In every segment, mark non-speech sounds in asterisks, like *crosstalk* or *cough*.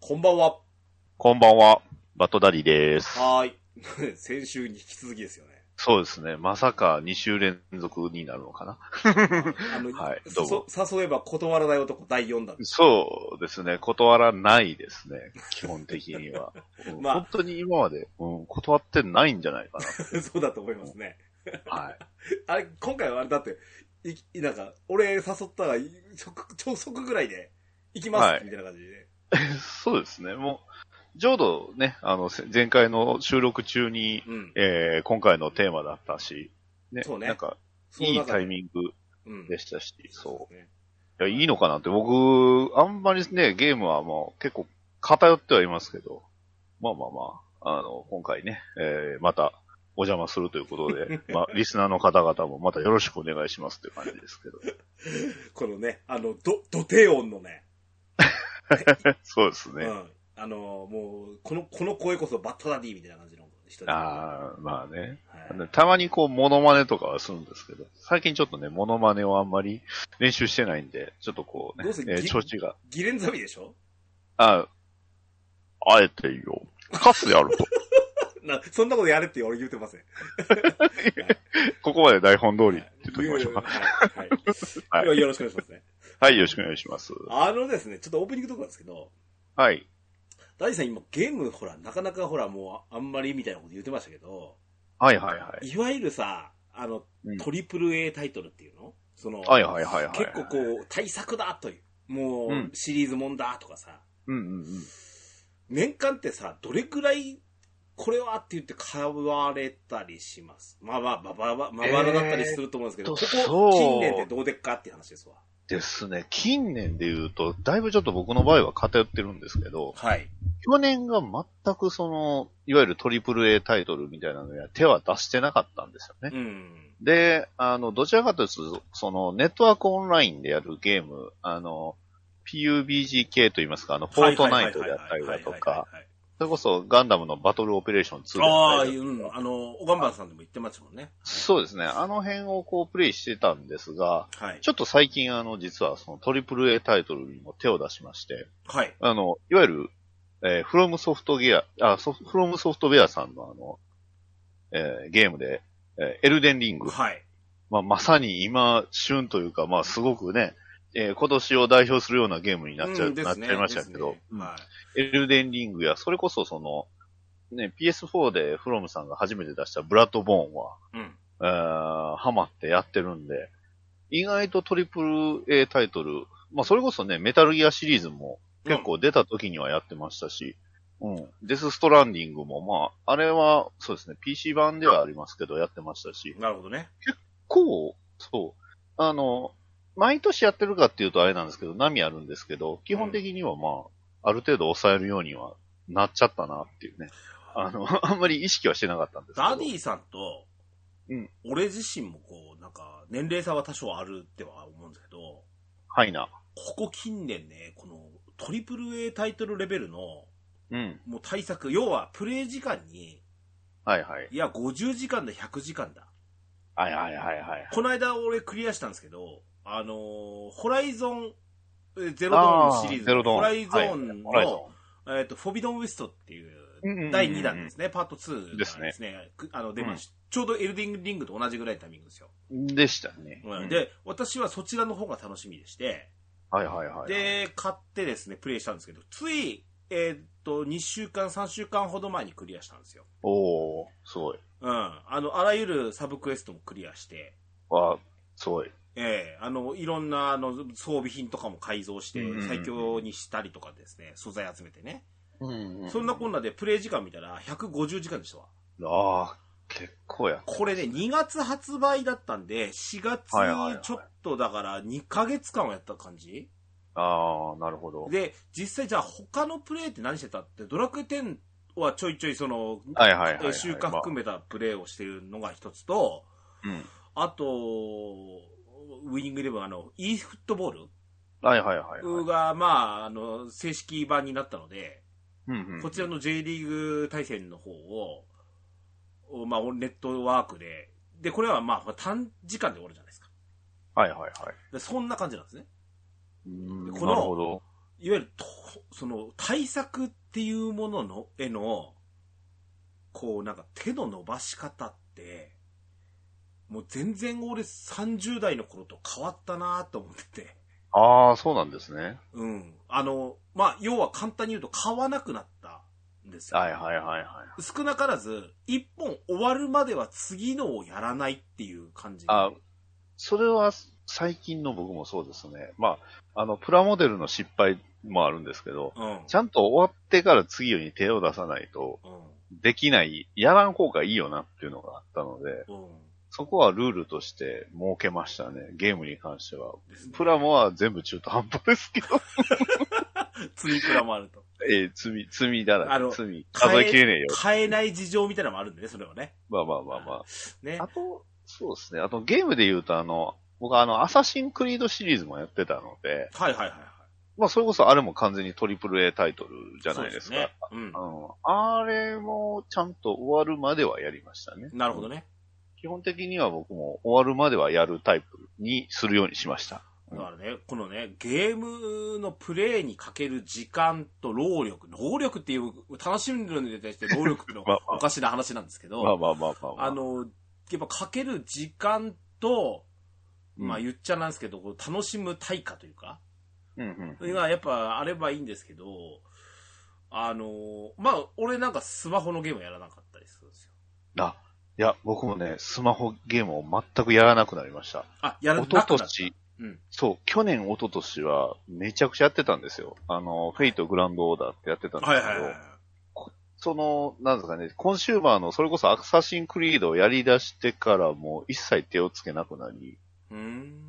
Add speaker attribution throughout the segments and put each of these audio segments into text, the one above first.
Speaker 1: こんばんは。
Speaker 2: こんばんは、バットダディです。
Speaker 1: はーい。 *laughs* 先週に引き続きですよ
Speaker 2: *laughs*
Speaker 1: ね。
Speaker 2: そうですね。まさか2週連続になるのかな。
Speaker 1: あの、
Speaker 2: はいどう
Speaker 1: そ
Speaker 2: も
Speaker 1: 誘えば断らない男第4弾。
Speaker 2: そうですね。断らないですね。基本的に
Speaker 1: *laughs*
Speaker 2: は。うん
Speaker 1: まあ
Speaker 2: 本当に今まで、うん、断ってないんじゃないか *laughs*
Speaker 1: そうだと思いますね。 *laughs*
Speaker 2: な。はい。
Speaker 1: あれ、今回はあれだって、い、いなんか、俺誘ったら、即、超速ぐらいで、行きます、
Speaker 2: はい
Speaker 1: みたいな感じで。
Speaker 2: そうですね。もう、ちょうどね、あの、せ前回の収録中に、
Speaker 1: うん。
Speaker 2: えー、今回のテーマだったし、ね。
Speaker 1: そうね
Speaker 2: なんか、
Speaker 1: その
Speaker 2: いい
Speaker 1: 中
Speaker 2: タ
Speaker 1: で
Speaker 2: イミング
Speaker 1: うん。
Speaker 2: でしたし、そうう。いや、いいのかなって。僕、あんまりね、ゲームはもう結構偏ってはいますけど、まあまあまあ、あの、今回ね、えー、また、お邪魔するというこ
Speaker 1: *laughs*
Speaker 2: とで、まあ、リスナーの方々もまたよろしくお願いしますっていう感じですけど。
Speaker 1: *laughs* このね、あの、ど、土手音のね、
Speaker 2: そうです
Speaker 1: う
Speaker 2: ね。
Speaker 1: ん。あの、もう、この、この声こそバッタダディみたいな感じの人で
Speaker 2: ああ、まあね。
Speaker 1: はい
Speaker 2: たまにこう、モノマネとかはするんですけど、最近ちょっとね、モノマネをあんまり練習してないんで、ちょっとこうね
Speaker 1: どうせ、
Speaker 2: えー
Speaker 1: ぎ
Speaker 2: 調子が。
Speaker 1: ギレンザビでしょ *laughs*
Speaker 2: ああ、あえてよ。カスやると。
Speaker 1: な、そんなことやれって俺言うてません。
Speaker 2: ここまで台本通りって言っときましょうか。
Speaker 1: はいはい。
Speaker 2: はい
Speaker 1: よろしくお願いしますね。
Speaker 2: はい、よろしくお願いします。
Speaker 1: あのですね、ちょっとオープニングとかなんですけど、
Speaker 2: はい。
Speaker 1: 大地さん今ゲームほら、なかなかほらもうあんまりみたいなこと言ってましたけど、
Speaker 2: はいはいはい。
Speaker 1: いわゆるさ、あの
Speaker 2: うん、
Speaker 1: トリプル A タイトルっていうのその、
Speaker 2: はいはいはいはい。
Speaker 1: 結構こう、対策だという、も
Speaker 2: う
Speaker 1: うんシリーズもんだとかさ、
Speaker 2: うんうんうん。
Speaker 1: 年間ってさ、どれくらい、これはって言って買われたりします。まあまあ、まあまあまあ、まあまあだったりすると思うんですけど、
Speaker 2: えーっと
Speaker 1: ここ、
Speaker 2: そう
Speaker 1: 近年ってどうでっかっていう話ですわ。
Speaker 2: ですね。近年で言うと、だいぶちょっと僕の場合は偏ってるんですけど、
Speaker 1: はい。
Speaker 2: 去年が全くその、いわゆるトリプル A タイトルみたいなのには手は出してなかったんですよね。
Speaker 1: うん。
Speaker 2: で、あの、どちらかというと、その、ネットワークオンラインでやるゲーム、あの、PUBG 系といいますか、あの、フォートナイトであったりだとか、それこそガンダムのバトルオペレーション2であ
Speaker 1: ああ、
Speaker 2: った
Speaker 1: う
Speaker 2: りだと
Speaker 1: ん
Speaker 2: か。
Speaker 1: あの、おがんばんさんでも言ってますもんね。
Speaker 2: そうですね。あの辺をこう、プレイしてたんですが、
Speaker 1: はい。
Speaker 2: ちょっと最近、あの、実は、その、トリプル A タイトルにも手を出しまして、
Speaker 1: はい。
Speaker 2: あの、いわゆる、えー、フロムソフトギア、あ、ソフロムソフトウェアさんのあの、えーゲームで、えーエルデンリング。
Speaker 1: はい。
Speaker 2: まあ、まさに今、旬というか、まあ、すごくね、えー今年を代表するようなゲームになっちゃ,、
Speaker 1: うんで
Speaker 2: なっ
Speaker 1: す
Speaker 2: ち
Speaker 1: ね
Speaker 2: ゃいましたけど、
Speaker 1: ですねは
Speaker 2: エルデンリングや、それこそその、ね、PS4 でフロムさんが初めて出したブラッドボーンは、
Speaker 1: い。うん。
Speaker 2: えーハマってやってるんで、意外とトリプル A タイトル、まあそれこそね、メタルギアシリーズも結構出た時にはやってましたし、うん、デスストランディングもまあ、あれはそうですね、PC 版ではありますけどやってましたし、
Speaker 1: なるほどね。
Speaker 2: こう、そう、あの、毎年やってるかっていうとあれなんですけど、波あるんですけど、基本的にはまあ、ある程度抑えるようにはなっちゃったなっていうね。あの、あんまり意識はしてなかったんですけど。
Speaker 1: ダディさんと、
Speaker 2: うん
Speaker 1: 俺自身もこう、なんか、年齢差は多少あるっては思うんですけど、
Speaker 2: はいな。
Speaker 1: ここ近年ね、この、トリプル A タイトルレベルの、
Speaker 2: うん。
Speaker 1: もう対策、要は、プレイ時間に、
Speaker 2: はいはい。
Speaker 1: いや、50時間だ、100時間だ。
Speaker 2: はいはいはいはい。
Speaker 1: この間俺クリアしたんですけど、あのーホライゾン、えーゼロドーンのシリーズ、
Speaker 2: ゼロドーン。
Speaker 1: ホライゾーンの、
Speaker 2: はいホライゾ
Speaker 1: えっ、と、フォビドンウエストっていう
Speaker 2: ンうんうんうん
Speaker 1: 第2弾ですね、パート2が
Speaker 2: ですね
Speaker 1: ですね、くあの、出ましちょうどエルディングリングと同じぐらいのタイミングですよ。
Speaker 2: でしたね。
Speaker 1: で、私はそちらの方が楽しみでして、
Speaker 2: はいはいはい。、
Speaker 1: で、買ってですね、プレイしたんですけど、つい、えっ、と、2週間、3週間ほど前にクリアしたんですよ。
Speaker 2: おー、すごい。
Speaker 1: うん。あの、あらゆるサブクエストもクリアして、
Speaker 2: わー、すごい。
Speaker 1: ええあの、いろんな、あの、装備品とかも改造して
Speaker 2: うんうんう、ん
Speaker 1: 最強にしたりとかですね、素材集めてね。
Speaker 2: うん
Speaker 1: そんなこ
Speaker 2: ん
Speaker 1: んなでプレイ時間見たら、150時間でしたわ。
Speaker 2: あー、結構や。
Speaker 1: これね、2月発売だったんで、4月
Speaker 2: はいはいはい
Speaker 1: ちょっとだから、2ヶ月間はやった感じ
Speaker 2: あー、なるほど。
Speaker 1: で、実際じゃあ他のプレイって何してたって、ドラクエ10はちょいちょいその、
Speaker 2: はいはいはい、はい。
Speaker 1: 週間含めたプレイをしてるのが一つと、
Speaker 2: まあうん。
Speaker 1: あと、ウィニングイレブン、あの、e フットボール
Speaker 2: はいはいはい、はい。
Speaker 1: が、まあ、あの、正式版になったので、
Speaker 2: うんうん
Speaker 1: こちらの J リーグ対戦の方を、おまあ、ネットワークで、で、これはまあ、短時間で終わるじゃないですか。
Speaker 2: はいはいはい。
Speaker 1: でそんな感じなんですね。
Speaker 2: うん
Speaker 1: この
Speaker 2: なるほど。
Speaker 1: いわゆると、その対策っていうものの、への、こうなんか手の伸ばし方って、もう全然俺30代の頃と変わったなと思ってて。
Speaker 2: ああ、そうなんですね。
Speaker 1: うん。あの、まあ、要は簡単に言うと買わなくなったんですよ。
Speaker 2: はいはいはいはい。
Speaker 1: 少なからず、一本終わるまでは次のをやらないっていう感じ。
Speaker 2: あそれは最近の僕もそうですね。まあ、あの、プラモデルの失敗もあるんですけど、
Speaker 1: うん。
Speaker 2: ちゃんと終わってから次に手を出さないと
Speaker 1: う
Speaker 2: できない、やらん方がいいよなっていうのがあったので、
Speaker 1: ん。うん。
Speaker 2: そこはルールとして設けましたね。ゲームに関しては。
Speaker 1: ですね
Speaker 2: プラモは全部中途半端ですけど、 *laughs*
Speaker 1: 次プラもあると。
Speaker 2: えー、罪、罪だら
Speaker 1: あ
Speaker 2: け、
Speaker 1: の
Speaker 2: 罪。数えきれねえよ。
Speaker 1: 買えない事情みたいなのもあるんでね、それはね。
Speaker 2: まあまあまあまあ。
Speaker 1: ね
Speaker 2: あ。と、そうですね。あとゲームで言うと、あの、僕はあの、アサシンクリードシリーズもやってたので、
Speaker 1: はいはいはいはい。
Speaker 2: まあそれこそあれも完全にトリプル A タイトルじゃないですか。
Speaker 1: そうね。うん
Speaker 2: あ。のあれもちゃんと終わるまではやりましたね。
Speaker 1: なるほどね。
Speaker 2: 基本的には僕も終わるまではやるタイプにするようにしました。うん
Speaker 1: だからね、このね、ゲームのプレイにかける時間と労力、労力っていう、楽しむのに対して労力っていうの
Speaker 2: まあ
Speaker 1: は
Speaker 2: まあ
Speaker 1: おかしな話なんですけど、
Speaker 2: まあまあまあまあ、まあ。
Speaker 1: あ、の、やっぱかける時間と、まあ
Speaker 2: うん、
Speaker 1: 言っちゃなんですけど、こう楽しむ対価というか、
Speaker 2: うんうん。
Speaker 1: がやっぱあればいいんですけど、あの、まあ俺なんかスマホのゲームやらなかったりするんですよ。
Speaker 2: あ、いや、僕もね、スマホゲームを全くやらなくなりました。
Speaker 1: あ、やらな
Speaker 2: 一
Speaker 1: くなった
Speaker 2: 昨。年
Speaker 1: うん。
Speaker 2: そう、去年、一昨年は、めちゃくちゃやってたんですよ。あの、フェイトグランドオーダーってやってたんです
Speaker 1: は
Speaker 2: け
Speaker 1: い
Speaker 2: ど、
Speaker 1: はいはいはい。
Speaker 2: その、なんですかね、コンシューマーの、それこそアクサシンクリードをやり出してからもう一切手をつけなくなり、
Speaker 1: うーん。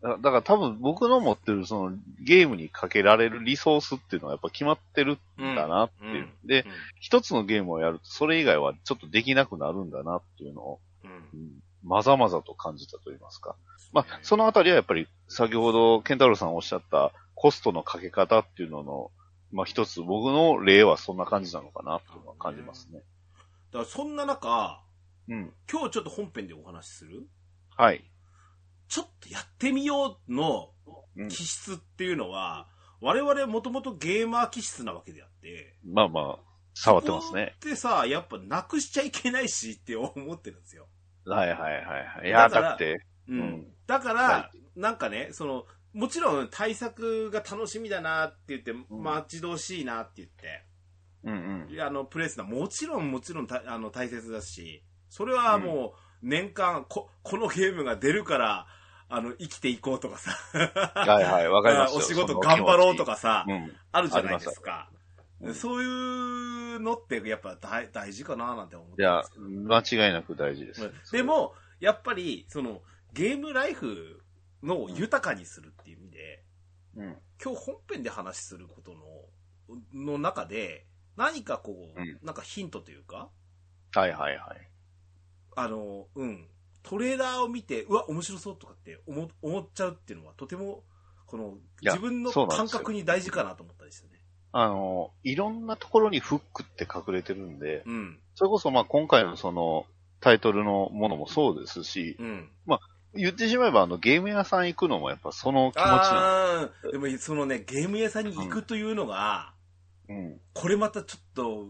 Speaker 2: だだから多分僕の持ってるそのゲームにかけられるリソースっていうのはやっぱ決まってるんだなっていう。で、一つのゲームをやるとそれ以外はちょっとできなくなるんだなっていうのを、
Speaker 1: うん。うん
Speaker 2: うんまざまざと感じたと言いますか。まあ、そのあたりはやっぱり、先ほど、ケンタロウさんおっしゃった、コストのかけ方っていうのの、まあ一つ、僕の例はそんな感じなのかな、というのは感じますね。
Speaker 1: だからそんな中、
Speaker 2: うん。
Speaker 1: 今日ちょっと本編でお話しする、
Speaker 2: はい。
Speaker 1: ちょっとやってみようの
Speaker 2: うん
Speaker 1: 気質っていうのは、我々もともとゲーマー気質なわけであって、
Speaker 2: まあまあ、触ってますね。
Speaker 1: ここってさ、やっぱなくしちゃいけないしって思ってるんですよ。
Speaker 2: はいはいはい。いや、
Speaker 1: だから
Speaker 2: だって、
Speaker 1: うん。
Speaker 2: うん
Speaker 1: だから、
Speaker 2: は
Speaker 1: なんかね、その、もちろん対策が楽しみだなって言って、
Speaker 2: ん
Speaker 1: 待ち遠しいなって言って、
Speaker 2: うんうん。
Speaker 1: あの、プレイするのはもちろんもちろんたあの大切だし、それはもう年間こ、このゲームが出るから、あの、生きていこうとかさ、
Speaker 2: はいはい、わかりますよ
Speaker 1: お仕事
Speaker 2: その
Speaker 1: 頑張ろうとかさ、
Speaker 2: 気持ち。うん。
Speaker 1: あるじゃないですか。
Speaker 2: あります
Speaker 1: そういうのってやっぱ大大事かななんて思っ
Speaker 2: い
Speaker 1: て
Speaker 2: や
Speaker 1: ます、
Speaker 2: 間違いなく大事です
Speaker 1: けど
Speaker 2: ね
Speaker 1: うん。でも、やっぱり、その、ゲームライフの豊かにするっていう意味で、
Speaker 2: うん、
Speaker 1: 今日本編で話することの、の中で、何かこう、
Speaker 2: うん
Speaker 1: なんかヒントというか、
Speaker 2: はいはいはい。
Speaker 1: あの、うん、トレーラーを見て、うわ、面白そうとかって思思っちゃうっていうのは、とても、この、
Speaker 2: いや
Speaker 1: 自分の
Speaker 2: そうなんで
Speaker 1: 感
Speaker 2: すよ
Speaker 1: 覚に大事かなと思ったりしてね。
Speaker 2: あの、いろんなところにフックって隠れてるんで、
Speaker 1: うん、
Speaker 2: それこそまあ今回のそのタイトルのものもそうですし、
Speaker 1: うん。
Speaker 2: 言ってしまえばあのゲーム屋さん行くのもやっぱその気持ちな
Speaker 1: ああー、でもそのね、ゲーム屋さんに行くというのが、
Speaker 2: の。うん。
Speaker 1: これまたちょっと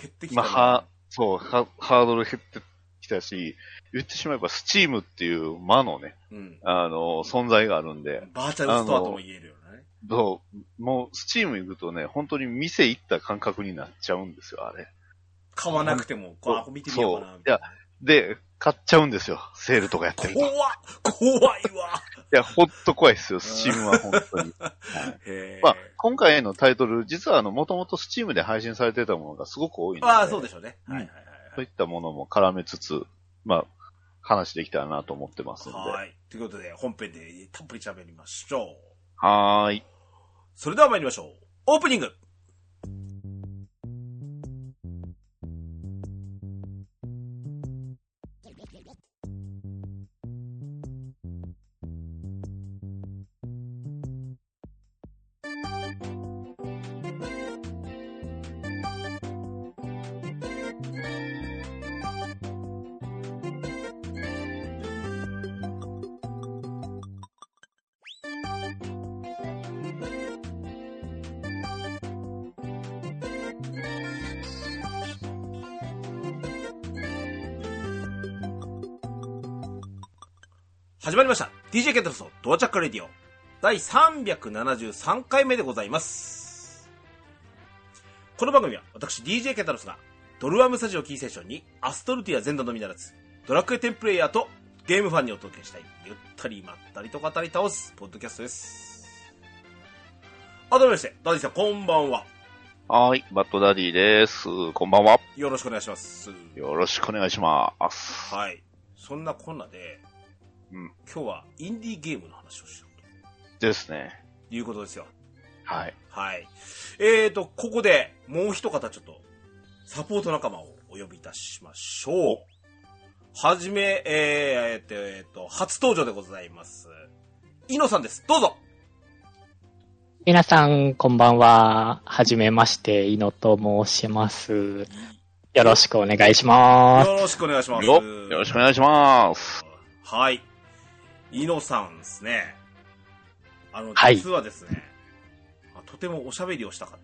Speaker 1: 減ってきた
Speaker 2: ま
Speaker 1: な、
Speaker 2: あ、は、そう、はハードル減ってきたし、言ってしまえばスチームっていう魔のね、
Speaker 1: うん。
Speaker 2: あの、存在があるんで、
Speaker 1: バーチャルストアとも言えるよね。
Speaker 2: そう、もうスチーム行くとね、本当に店行った感覚になっちゃうんですよ、あれ。
Speaker 1: 買わなくても、こう、あ、見てみようかな
Speaker 2: そう
Speaker 1: みたいな。
Speaker 2: で、買っちゃうんですよ、セールとかやってると。
Speaker 1: 怖
Speaker 2: い
Speaker 1: っ怖いわ
Speaker 2: や、ほっと怖いですよ、スチームは本
Speaker 1: *laughs*
Speaker 2: 当に。はい
Speaker 1: へー
Speaker 2: まあ、今回のタイトル、実はあの、もともと Steam で配信されてたものがすごく多いので、
Speaker 1: ああ、そうでしょうね。
Speaker 2: うん
Speaker 1: はいはい
Speaker 2: そういったものも絡めつつ、まあ、話できたらなと思ってますんで。
Speaker 1: はい。はい。ということで、本編でたっぷり喋りましょう。
Speaker 2: はーい。
Speaker 1: それでは参りましょう。オープニング始まりました DJ ケンタロスのドアチャックレディオ第373回目でございますこの番組は私 DJ ケンタロスがドルアムスタジオキーセッションにアストルティア全土のみならずドラクエ10プレイヤーとゲームファンにお届けしたいゆったりまったりと語り倒すポッドキャストです改めましてダディさんこんばんは
Speaker 2: はーい、バッドダディです。こんばんは。
Speaker 1: よろしくお願いします
Speaker 2: よろしくお願いします。
Speaker 1: はいそんなこんなで、
Speaker 2: うん
Speaker 1: 今日はインディーゲームの話をしよう
Speaker 2: ですね。
Speaker 1: ということですよ
Speaker 2: はい。
Speaker 1: はい。えーと、ここでもう一方ちょっと、サポート仲間をお呼びいたしましょう。はじめ、えー、えーと、えーと、初登場でございます。イノさんです。どうぞ
Speaker 3: 皆さん、こんばんは。はじめまして、いのと申します。よろしくお願いします。
Speaker 1: よろしくお願いします。
Speaker 2: よ、よろしくお願いします。
Speaker 1: はい。イノさんですね。あの、
Speaker 3: はい
Speaker 1: 実はですね、あとてもおしゃべりをしたかっ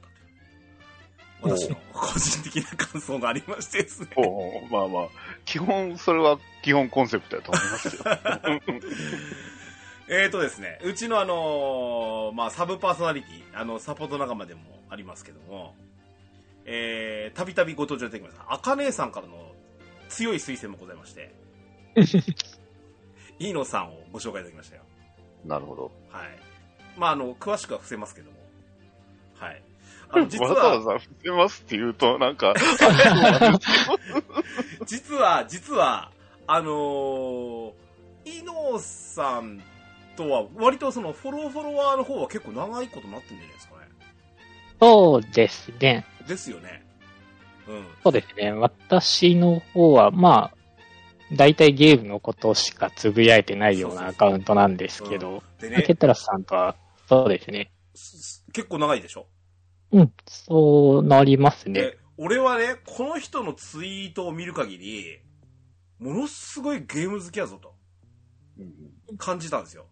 Speaker 1: たという。私の個人的な感想がありましてですね。
Speaker 2: おまあまあ、基本、それは基本コンセプトだと思いますよ。
Speaker 1: えーとですね、うちのあのーまあ、サブパーソナリティ、あの、サポート仲間でもありますけども、えー、たびたびご登場いただきました、あかねえさんからの強い推薦もございまして、飯野さんをご紹介いただきましたよ。
Speaker 2: *laughs* なるほど。
Speaker 1: はい。まあ、あの、詳しくは伏せますけども、はい。あの、
Speaker 2: *laughs*
Speaker 1: 実
Speaker 2: わざわ
Speaker 1: は、
Speaker 2: ざ伏せますって言うと、なんか、
Speaker 1: 実は、実は、あのー、飯野さんとは、割とその、フォローフォロワーの方は結構長いことになってんじゃないですかね。
Speaker 3: そうですね。
Speaker 1: ですよね。うん。
Speaker 3: そうですね。私の方は、まあ、大体ゲームのことしかつぶやいてないようなアカウントなんですけど、
Speaker 1: で
Speaker 3: ケ
Speaker 1: ね、
Speaker 3: ッタラスさんとは、そうですね。
Speaker 1: す結構長いでしょ
Speaker 3: うん、そうなりますね。
Speaker 1: で、俺はね、この人のツイートを見る限り、ものすごいゲーム好きやぞと感じたんですよ。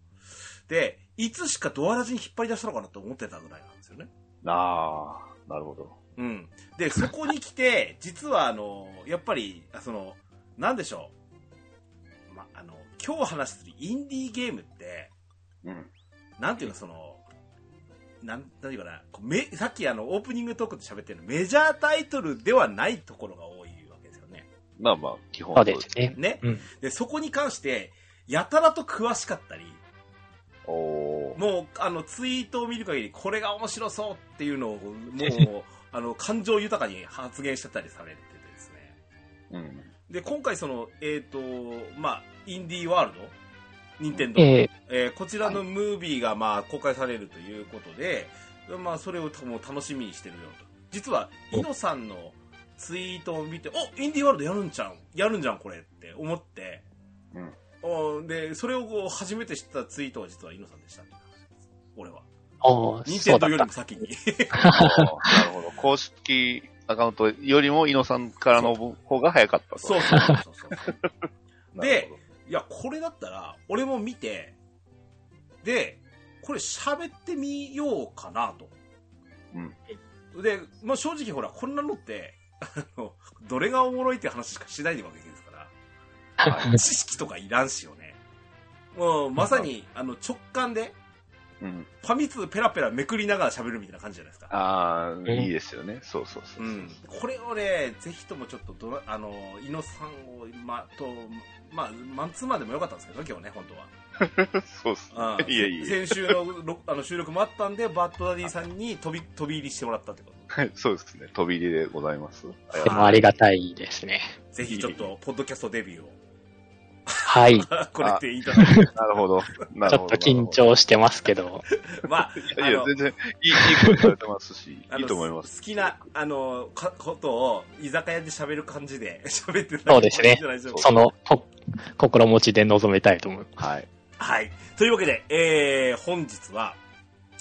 Speaker 1: で、いつしかドアラジに引っ張り出したのかなと思ってたぐらいなんですよね。
Speaker 2: ああ、なるほど。
Speaker 1: うん。で、そこに来て、 *laughs* 実はあの、やっぱり、あその、なんでしょう。ま、あの、今日話するインディーゲームって、
Speaker 2: うん。
Speaker 1: なんていうかその、なん、なんていうかな、こうめさっきあの、オープニングトークで喋ってるのメジャータイトルではないところが多いわけですよね。
Speaker 2: まあまあ、基本
Speaker 3: そうです。ね。
Speaker 1: ね。
Speaker 3: うん
Speaker 1: で、そこに関して、やたらと詳しかったり、
Speaker 2: おー
Speaker 1: もう、あの、ツイートを見る限り、これが面白そうっていうのを、もう、あの、感情豊かに発言してたりされててですね。
Speaker 2: うん。
Speaker 1: で、今回その、えっ、と、まあ、インディーワールド任天堂
Speaker 3: え
Speaker 1: えーこちらのムービーがまあ公開されるということで、まあ、それをともう楽しみにしてるよと実は
Speaker 3: お
Speaker 1: イノさんのツイートを見ておインディーワールドやるんじゃんやるんじゃんこれって思って、
Speaker 2: うん
Speaker 1: おでそれをこう初めて知ったツイートは実はイノさんでしたっていう話です俺は
Speaker 3: ー、おー
Speaker 1: 任
Speaker 3: そ
Speaker 1: 天
Speaker 3: うだ
Speaker 1: 堂よ
Speaker 3: っ
Speaker 1: り
Speaker 3: た
Speaker 1: も。先
Speaker 2: *laughs*
Speaker 1: に
Speaker 2: あーなるほ *laughs* ど。公式アカウントよりも、イノさんからの方が早かったと。
Speaker 1: そうそうそうそうそう
Speaker 2: *laughs* なるほど、
Speaker 1: いやこれだったら俺も見てでこれ喋ってみようかなと
Speaker 2: うん。
Speaker 1: で、まあ、正直ほら、こんなのって、あの、どれがおもろいって話しかしないわけですから、
Speaker 3: *laughs*
Speaker 1: 知識とかいらんしよね。もう、まさに、あの、直感で、
Speaker 2: うん。
Speaker 1: ファミ通ペラペラめくりながら喋るみたいな感じじゃないですか。
Speaker 2: ああ、いいですよね。そうそうそうう。
Speaker 1: ん。これをね、ぜひともちょっとドラ、あの、猪野さんを、ま、と、まあ、マンツーマンでもよかったんですけどね、今日ね、本当は。
Speaker 2: そうっす
Speaker 1: ああ
Speaker 2: ね。いえいえ。
Speaker 1: 先週のろ *laughs* あの収録もあったんで、バッドダディさんに飛び、飛び入りしてもらったってこと。
Speaker 2: *laughs* はい、そうですね。飛び入りでございます。
Speaker 1: い
Speaker 3: でもありがたいですね。
Speaker 1: ぜひちょっと、ポッドキャストデビューを。
Speaker 3: はい。ち
Speaker 1: *laughs* これっていただいて。
Speaker 2: *laughs* なるほど。なる
Speaker 3: ょ
Speaker 2: ほ
Speaker 3: っ
Speaker 2: ど。
Speaker 3: と緊張してますけど。
Speaker 1: まあ、
Speaker 2: *laughs* いやい
Speaker 1: あ
Speaker 2: や、
Speaker 1: の
Speaker 2: 全然、いい、いいことされてますし、
Speaker 1: *laughs* あ
Speaker 2: い
Speaker 1: の
Speaker 2: いと思います。
Speaker 1: 好きな、あの、かことを居酒屋で喋る感じで *laughs* 喋ってない
Speaker 3: そうですね
Speaker 1: じゃないでしょうか
Speaker 3: そのこ心持ちで臨めたいと思います。
Speaker 2: はい。
Speaker 1: はい。というわけで、えー、本日は、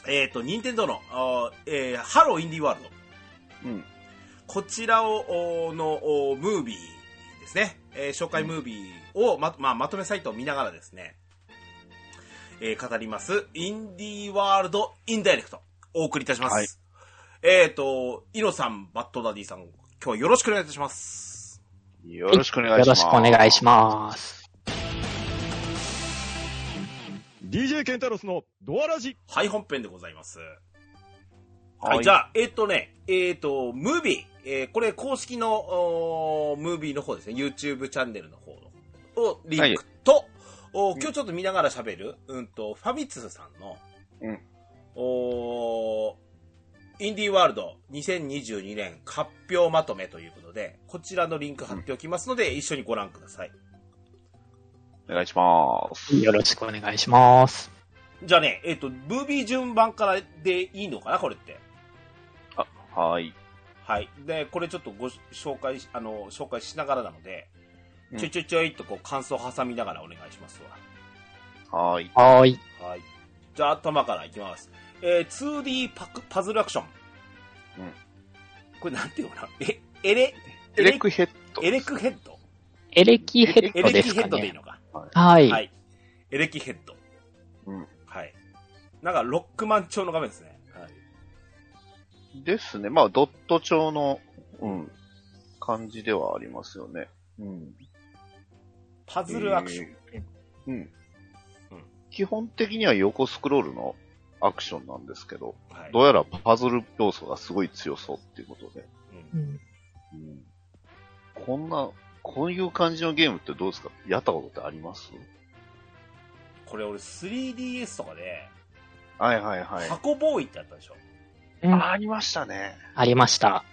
Speaker 1: えっ、ー、と、任天堂の、あーえー、ハローインディーワールド。
Speaker 2: うん。
Speaker 1: こちらを、おの、おムービーですね。えー紹介ムービーをま、まあ、まとめサイトを見ながらですね、えー語ります、インディーワールドインダイレクト、お送りいたします。
Speaker 2: はい
Speaker 1: えっ、ー、と、イロさん、バッドダディさん、今日はよろしくお願いいたします。
Speaker 2: よろしくお願い
Speaker 3: よ
Speaker 2: し
Speaker 3: ろ
Speaker 2: ます。
Speaker 3: しくお願いします。
Speaker 4: DJ ケンタロスのドアラジ。
Speaker 1: はい、本編でございます。
Speaker 2: は
Speaker 1: はいい、じゃあ、えっ、とね、えっ、と、ムービー、えーこれ公式の、おームービーの方ですね、YouTube チャンネルの方の、をリンクと、おー今日ちょっと見ながら喋る、うんと、ファミツさんの、
Speaker 2: うん
Speaker 1: おーインディーワールド2022年発表まとめということで、こちらのリンク貼っておきますので、一緒にご覧ください。
Speaker 2: お願いします。
Speaker 3: よろしくお願いします。
Speaker 1: じゃあね、えっ、と、ムービー順番からでいいのかな、これって。
Speaker 2: はい。
Speaker 1: はい。で、これちょっとご紹介し、あの、紹介しながらなので
Speaker 2: う、ん
Speaker 1: ちょいちょいちょいっとこう感想挟みながらお願いします
Speaker 2: はい。
Speaker 3: はーい。
Speaker 1: わ。はい。じゃあ頭からいきます。えー、2D パクパズルアクション。
Speaker 2: うん。
Speaker 1: これなんていうのかなえ、エレ、
Speaker 2: エレクヘッド。
Speaker 1: エレクヘッド
Speaker 3: エレキヘッ
Speaker 1: エ
Speaker 3: ド
Speaker 1: レ
Speaker 3: で
Speaker 1: キ
Speaker 3: す
Speaker 1: ヘ
Speaker 3: か
Speaker 1: ッドでいい
Speaker 3: ね。
Speaker 1: のか。
Speaker 3: はい。
Speaker 1: はい。エレキヘッド。
Speaker 2: うん
Speaker 1: はい。なんかロックマン調の画面ですね。はい。
Speaker 2: ですね。まあ、ドット調の、うん、感じではありますよね。うん。
Speaker 1: パズルアクション。
Speaker 2: えーうん
Speaker 1: うん。
Speaker 2: 基本的には横スクロールのアクションなんですけど、
Speaker 1: はい
Speaker 2: どうやらパズル要素がすごい強そうっていうことで。
Speaker 1: うん
Speaker 3: うん
Speaker 2: うん。こんな、こういう感じのゲームってどうですかやったことってあります
Speaker 1: これ俺 3DS とかで、
Speaker 2: はいはいはい。
Speaker 1: 箱ボーイってあったでしょ
Speaker 3: うん
Speaker 2: ありましたね。
Speaker 3: ありました。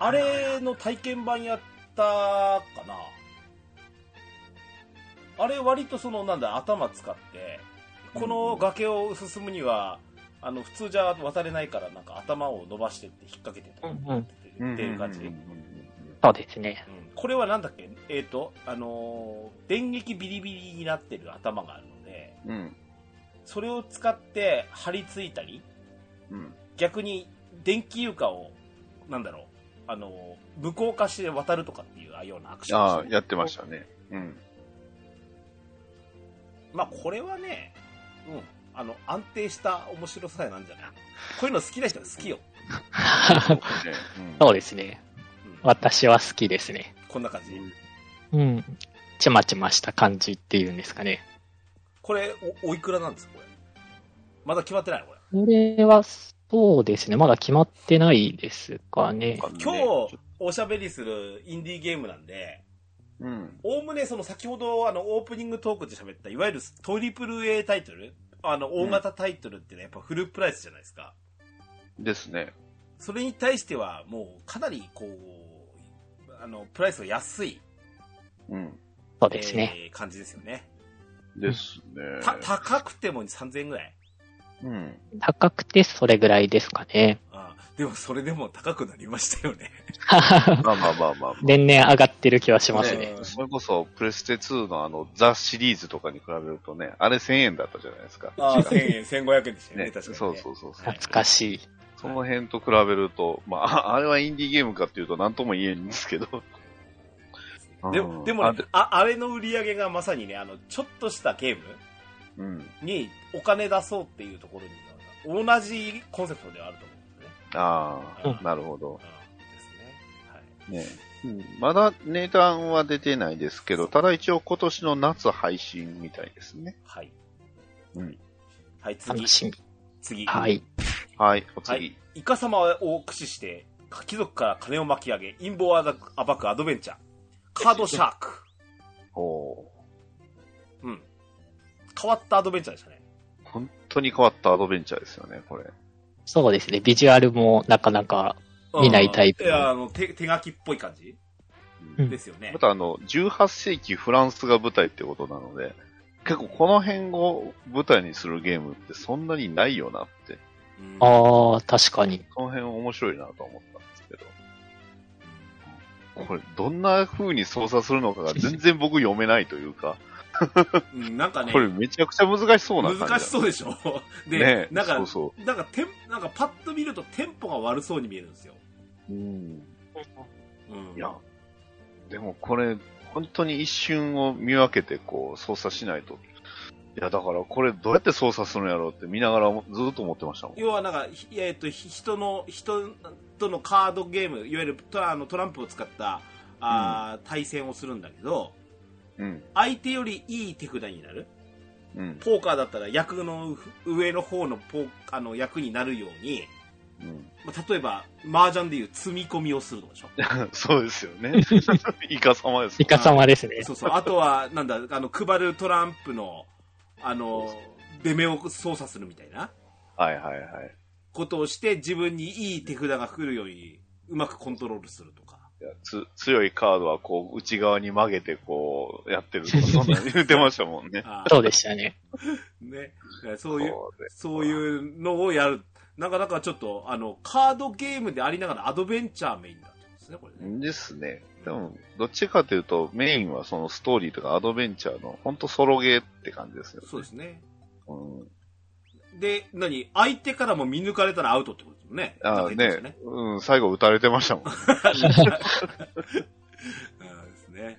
Speaker 1: あれの体験版やったかなあれ割とそのなんだ頭使ってこの崖を進むにはあの普通じゃ渡れないからなんか頭を伸ばしてって引っ掛けてとか
Speaker 3: うんうん
Speaker 1: っていう感じ、
Speaker 2: うんうん
Speaker 3: そうですね。
Speaker 1: うんこれはなんだっけえっ、とあのー電撃ビリビリになってる頭があるので
Speaker 2: うんうん。
Speaker 1: それを使って張り付いたり
Speaker 2: うん。
Speaker 1: 逆に電気床をなんだろうあの無効化して渡るとかっていうああいうようなアクション
Speaker 2: ああ
Speaker 1: で、すね
Speaker 2: やってましたね。うん。
Speaker 1: まあこれはね、うん、あの安定した面白さなんじゃないこういうの好きな人は好きよ、
Speaker 2: ね *laughs* うん
Speaker 3: そうですね。
Speaker 1: うん、
Speaker 3: 私は好きですね。
Speaker 1: こんな感じ
Speaker 3: うん。ちまちました感じっていうんですかね。
Speaker 1: これおおいくらなんですかこれまだ決まってないのこれ
Speaker 3: これは、そうですね。まだ決まってないですかね。
Speaker 1: 今日おしゃべりするインディーゲームなんで
Speaker 2: うん。
Speaker 1: おおむねその先ほどあのオープニングトークで喋ったいわゆるトリプル A タイトルあの大型タイトルってねやっぱフルプライスじゃないですか、
Speaker 2: ですね。
Speaker 1: それに対しては、もう、かなり、こう、あの、プライスが安い、
Speaker 2: うん。
Speaker 3: そうですね。
Speaker 1: えー感じですよね。
Speaker 2: です
Speaker 1: た、
Speaker 2: ね。
Speaker 1: 高くても3000円ぐらい。
Speaker 2: うん。
Speaker 3: 高くてそれぐらいですか *laughs* ね。
Speaker 1: あでも、それでも高くなりましたよね。
Speaker 2: まあまあまあまあ。
Speaker 3: 年々上がってる気はしますね。
Speaker 1: うん
Speaker 2: それこそ、プレステ2のあの、ザシリーズとかに比べるとね、あれ1000円だったじゃないですか。
Speaker 1: あ1000円、1500円でしたよね、
Speaker 2: ね、
Speaker 1: 確かに、ね。
Speaker 2: そうそうそうそう。
Speaker 3: 懐かしい。
Speaker 2: その辺と比べると、まあ、あ *laughs* あれはインディーゲームかっていうと何とも言えんですけど。
Speaker 1: *laughs* で
Speaker 2: う
Speaker 1: も、
Speaker 2: ん
Speaker 1: でもね、あ、あれの売り上げがまさにね、あの、ちょっとしたゲーム
Speaker 2: うん。
Speaker 1: にお金出そうっていうところに、同じコンセプトではあると思うんですね。
Speaker 2: ああ、
Speaker 1: うん
Speaker 2: なるほど。
Speaker 1: うんですね。はい。
Speaker 2: ね。うんまだ値段は出てないですけど、ただ一応今年の夏配信みたいですね。
Speaker 1: はい。
Speaker 2: うん
Speaker 1: はい、次
Speaker 3: 楽、しみ。
Speaker 1: 次。
Speaker 3: はい。
Speaker 2: はい、お
Speaker 1: は
Speaker 2: 次。
Speaker 1: い。イカ様を駆使して、貴族から金を巻き上げ、陰謀を暴くアドベンチャー。カードシャーク。
Speaker 2: おー
Speaker 1: うん。変わったアドベンチャーでしたね。
Speaker 2: 本当に変わったアドベンチャーですよね、これ。
Speaker 3: そうですね。ビジュアルもなかなか、見ないタイプ
Speaker 1: うんいや、あの、手、手書きっぽい感じ
Speaker 3: うん
Speaker 1: ですよね
Speaker 2: ま。たあの、18世紀フランスが舞台ってことなので、結構この辺を舞台にするゲームってそんなにないよなって、
Speaker 1: うん
Speaker 3: ああ、確かに。
Speaker 2: この辺面白いなと思ったんですけど、これどんな風に操作するのかが全然僕読めないというか、
Speaker 1: うんなんかね
Speaker 2: こ、れめちゃくちゃ難しそうな感じ
Speaker 1: 難しそうでしょ
Speaker 2: ね。
Speaker 1: で、なん
Speaker 2: そ
Speaker 1: か
Speaker 2: う、そ
Speaker 1: なんか、テン、なんかパッと見るとテンポが悪そうに見えるんですよ。
Speaker 2: う。うん。
Speaker 1: うん。
Speaker 2: いや、でもこれ、本当に一瞬を見分けてこう操作しないと。いや、だからこれどうやって操作するんやろうって見ながらもずっと思ってましたもん。
Speaker 1: 要はなんか、ひえっ、と、ひ人の、人とのカードゲーム、いわゆるトラあのトランプを使った、あー対戦をするんだけど、
Speaker 2: うん。
Speaker 1: 相手よりいい手札になる
Speaker 2: うん。
Speaker 1: ポーカーだったら役の上の方のポーあの役になるように、
Speaker 2: うん。 *laughs*
Speaker 1: まあ、例えば、麻雀でいう積み込みをするとかでしょ。
Speaker 2: そうですよ
Speaker 1: *laughs*
Speaker 2: ね。イカ様です
Speaker 3: イ
Speaker 2: もん
Speaker 3: カ様ですね。
Speaker 1: そうそう。あとは、なんだ、あの、配るトランプの、あの、出目を操作するみたいな
Speaker 2: はいはいはい。
Speaker 1: ことをして、自分にいい手札が来るように、うまくコントロールするとか。。
Speaker 2: いやつ強いカードはこう内側に曲げてこうやってるとか、そんなに言ってましたもんね
Speaker 1: あ
Speaker 3: そうでしたね。
Speaker 1: ーね。そういう、
Speaker 2: そうです
Speaker 1: そういうのをやる。なかなかちょっと、あの、カードゲームでありながらアドベンチャーメインだったんですね、これね。
Speaker 2: ですね。でも、どっちかというと、メインはそのストーリーとかアドベンチャーの、ほんとソロゲーって感じですよね。
Speaker 1: そうですね。
Speaker 2: うん。
Speaker 1: で、何相手からも見抜かれたらアウトってことですよね。
Speaker 2: ああ
Speaker 1: なんか言ってました
Speaker 2: ね、うん、最後撃たれてましたもん。
Speaker 1: うんですね。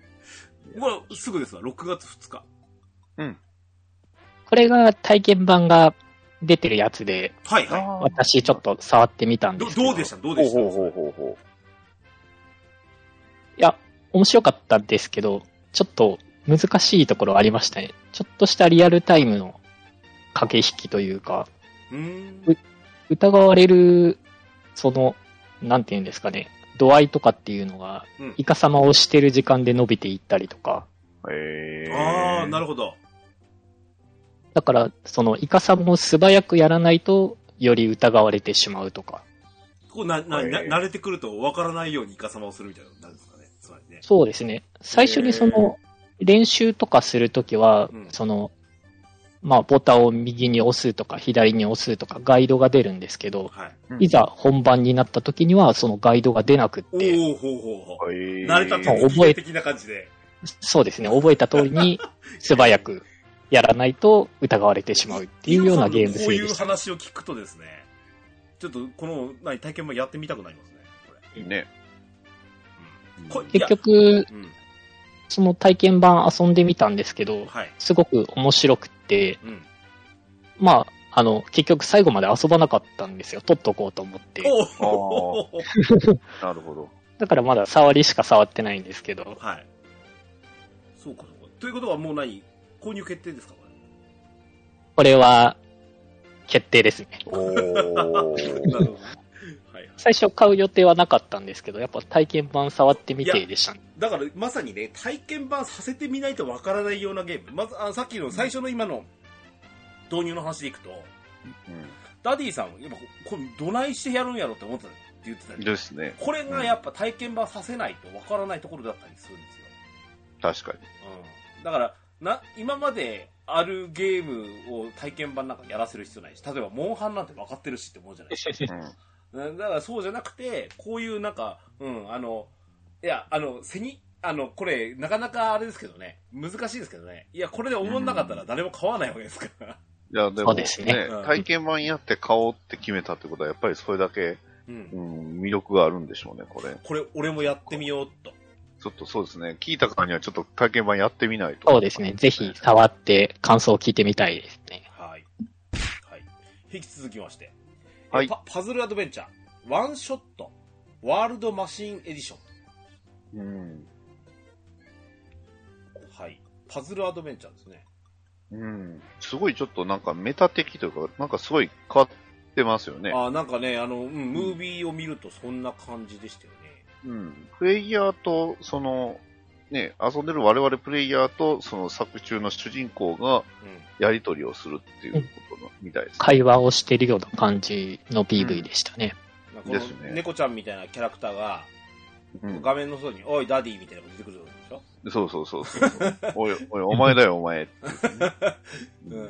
Speaker 1: もうすぐですわ、6月2日。
Speaker 3: これが体験版が出てるやつで、
Speaker 1: はいは
Speaker 3: 私ちょっと触ってみた
Speaker 1: い。
Speaker 3: ん
Speaker 1: ど
Speaker 3: ですけど。
Speaker 1: どうでしたどう
Speaker 2: ほ
Speaker 1: で
Speaker 2: う
Speaker 1: した
Speaker 2: ほうほうほうほ
Speaker 3: いや、面白かったんですけど、ちょっと難しいところありましたね。ちょっとしたリアルタイムの駆け引きというか、
Speaker 1: うーん。
Speaker 3: 疑われる、その、なんていうんですかね、度合いとかっていうのが、
Speaker 1: うん
Speaker 3: イカ様をしてる時間で伸びていったりとか、
Speaker 2: う。へえ。
Speaker 1: ああ、なるほど。
Speaker 3: だから、その、イカ様を素早くやらないと、より疑われてしまうとか。
Speaker 1: こうな、な、な、
Speaker 2: はい
Speaker 1: 慣れてくると分からないようにイカ様をするみたいなのになるんですかね。つまりね。
Speaker 3: そうですね。最初にその、練習とかするときは
Speaker 1: うん、
Speaker 3: その、まあ、ボタンを右に押すとか、左に押すとか、ガイドが出るんですけど、
Speaker 1: はい。
Speaker 2: うん
Speaker 3: いざ本番になったときには、そのガイドが出なくっ
Speaker 1: お
Speaker 3: て、
Speaker 1: ー、ほうほうほ
Speaker 2: へ
Speaker 1: う。
Speaker 2: え。
Speaker 1: 慣れた
Speaker 3: と
Speaker 1: 手
Speaker 3: 思
Speaker 1: つきで的な感じで。
Speaker 3: そうですね、覚えた通
Speaker 1: *laughs*
Speaker 3: りに素早くやらないと疑われてしまうっていうようなゲーム
Speaker 1: こう
Speaker 3: 性
Speaker 1: い
Speaker 3: で
Speaker 1: う
Speaker 3: した。
Speaker 1: 話を聞くとですね、ちょっとこの、何、体験もやってみたくなりますね。これ
Speaker 2: ね。
Speaker 1: うんこい
Speaker 3: 結局、
Speaker 1: う
Speaker 3: その体験版遊んでみたんですけ
Speaker 1: ん。
Speaker 3: ど、
Speaker 1: はい。
Speaker 3: すごく面白くって、
Speaker 1: うん。
Speaker 3: まあ、あの、結局最後まで遊ばなかったんですよ。取っとこうと思って。
Speaker 1: おお
Speaker 2: なるほど。
Speaker 3: だからまだ触りしか触ってないんですけど、
Speaker 1: はい。そうか、そうか。ということはもう何購入決定ですかこ
Speaker 3: これは、決定ですね。
Speaker 1: *laughs*
Speaker 2: お
Speaker 1: れ。
Speaker 2: ー
Speaker 1: なるほど。 *laughs* はいはい。
Speaker 3: 最初買う予定はなかったんですけど、やっぱ体験版触ってみてでしたね。
Speaker 1: だからまさにね、体験版させてみないとわからないようなゲーム。まず、あのさっきの最初の今の導入の話でいくと、ダディさんは、やっぱここれどないしてやるんやろって思ってたって言ってた
Speaker 2: うん。
Speaker 1: んで
Speaker 2: ですね。
Speaker 1: これがやっぱ体験版させないとわからないところだったりするんですよ。
Speaker 2: 確かに。
Speaker 1: うんだからな今まであるゲームを体験版なんかやらせる必要ないし例えばモンハンなんて分かってるしって思うじゃないです
Speaker 2: うん。
Speaker 1: かうんだからそうじゃなくてこういうなんかうんあのいやあの背にあのこれなかなかあれですけどね難しいですけどねいやこれで思んなかったら誰も買わないわけですから、 *laughs*
Speaker 2: いや、で
Speaker 3: そ
Speaker 2: も
Speaker 3: うですね
Speaker 1: うん
Speaker 2: 体験版やって買おうって決めたってことは、やっぱりそれだけ、
Speaker 1: うん
Speaker 2: うん、魅力があるんでしょうね、これ。
Speaker 1: これ俺もやってみようっと
Speaker 2: ちょっとそうですね。聞いたからにはちょっと体験版やってみないと。
Speaker 3: そうですね。ぜひ触って感想を聞いてみたいですね。
Speaker 1: はい、はい、引き続きまして、
Speaker 2: はい
Speaker 1: えパパズルアドベンチャーワンショットワールドマシンエディション
Speaker 2: うん。
Speaker 1: はい。パズルアドベンチャーですね。
Speaker 2: うん。すごいちょっとなんかメタ的というか、なんかすごい変わってますよね。
Speaker 1: あーなんかね、あの、うん、ムービーを見るとそんな感じでしたよね。
Speaker 2: うん。プレイヤーと、その、ね、遊んでる我々プレイヤーと、その作中の主人公がやりとりをするっていうことのみたいですね。
Speaker 3: 会話をしているような感じの PV でしたね。
Speaker 1: うん。なんかこの
Speaker 2: ですね
Speaker 1: 猫ちゃんみたいなキャラクターが、
Speaker 2: うん
Speaker 1: 画面の外に、おい、ダディみたいなのが出てくるでしょ、
Speaker 2: そうそうそうそう。おい、おい、お前だよ、お前。
Speaker 1: *laughs* う
Speaker 2: うん
Speaker 1: ん、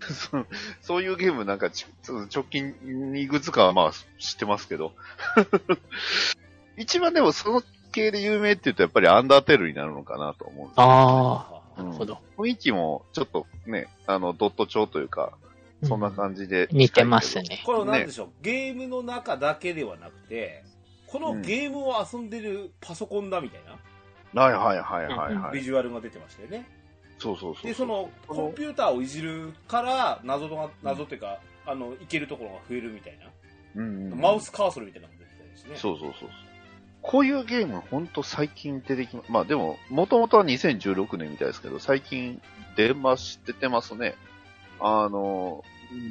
Speaker 2: そそういうゲームなんかちちょっと直近にいくつかはまあ知ってますけど。 *laughs* 一番でもその系で有名って言うとやっぱりアンダーテールになるのかなと思うんです
Speaker 3: ああ、
Speaker 2: う
Speaker 3: なんるほど。
Speaker 2: 雰囲気もちょっとね、あのドット調というか、そんな感じで。
Speaker 3: 似てます。ね。
Speaker 1: これは何でしょう、ゲームの中だけではなくて、このゲームを遊んでるパソコンだみたいな
Speaker 2: はいはいはいはいは
Speaker 1: ビ
Speaker 2: い。
Speaker 1: ジュアルが出てましたよね。
Speaker 2: そうそうそう。
Speaker 1: で、そのコンピューターをいじるから謎が、謎というか、あの、いけるところが増えるみたいな。
Speaker 2: うんうんうん
Speaker 1: マウスカーソルみたいなのが出てたりしてね。
Speaker 2: そうそうそうそう。こういうゲーム、ほんと最近出てきま、まあでも、もともとは2016年みたいですけど、最近出まし、出てますね。あの、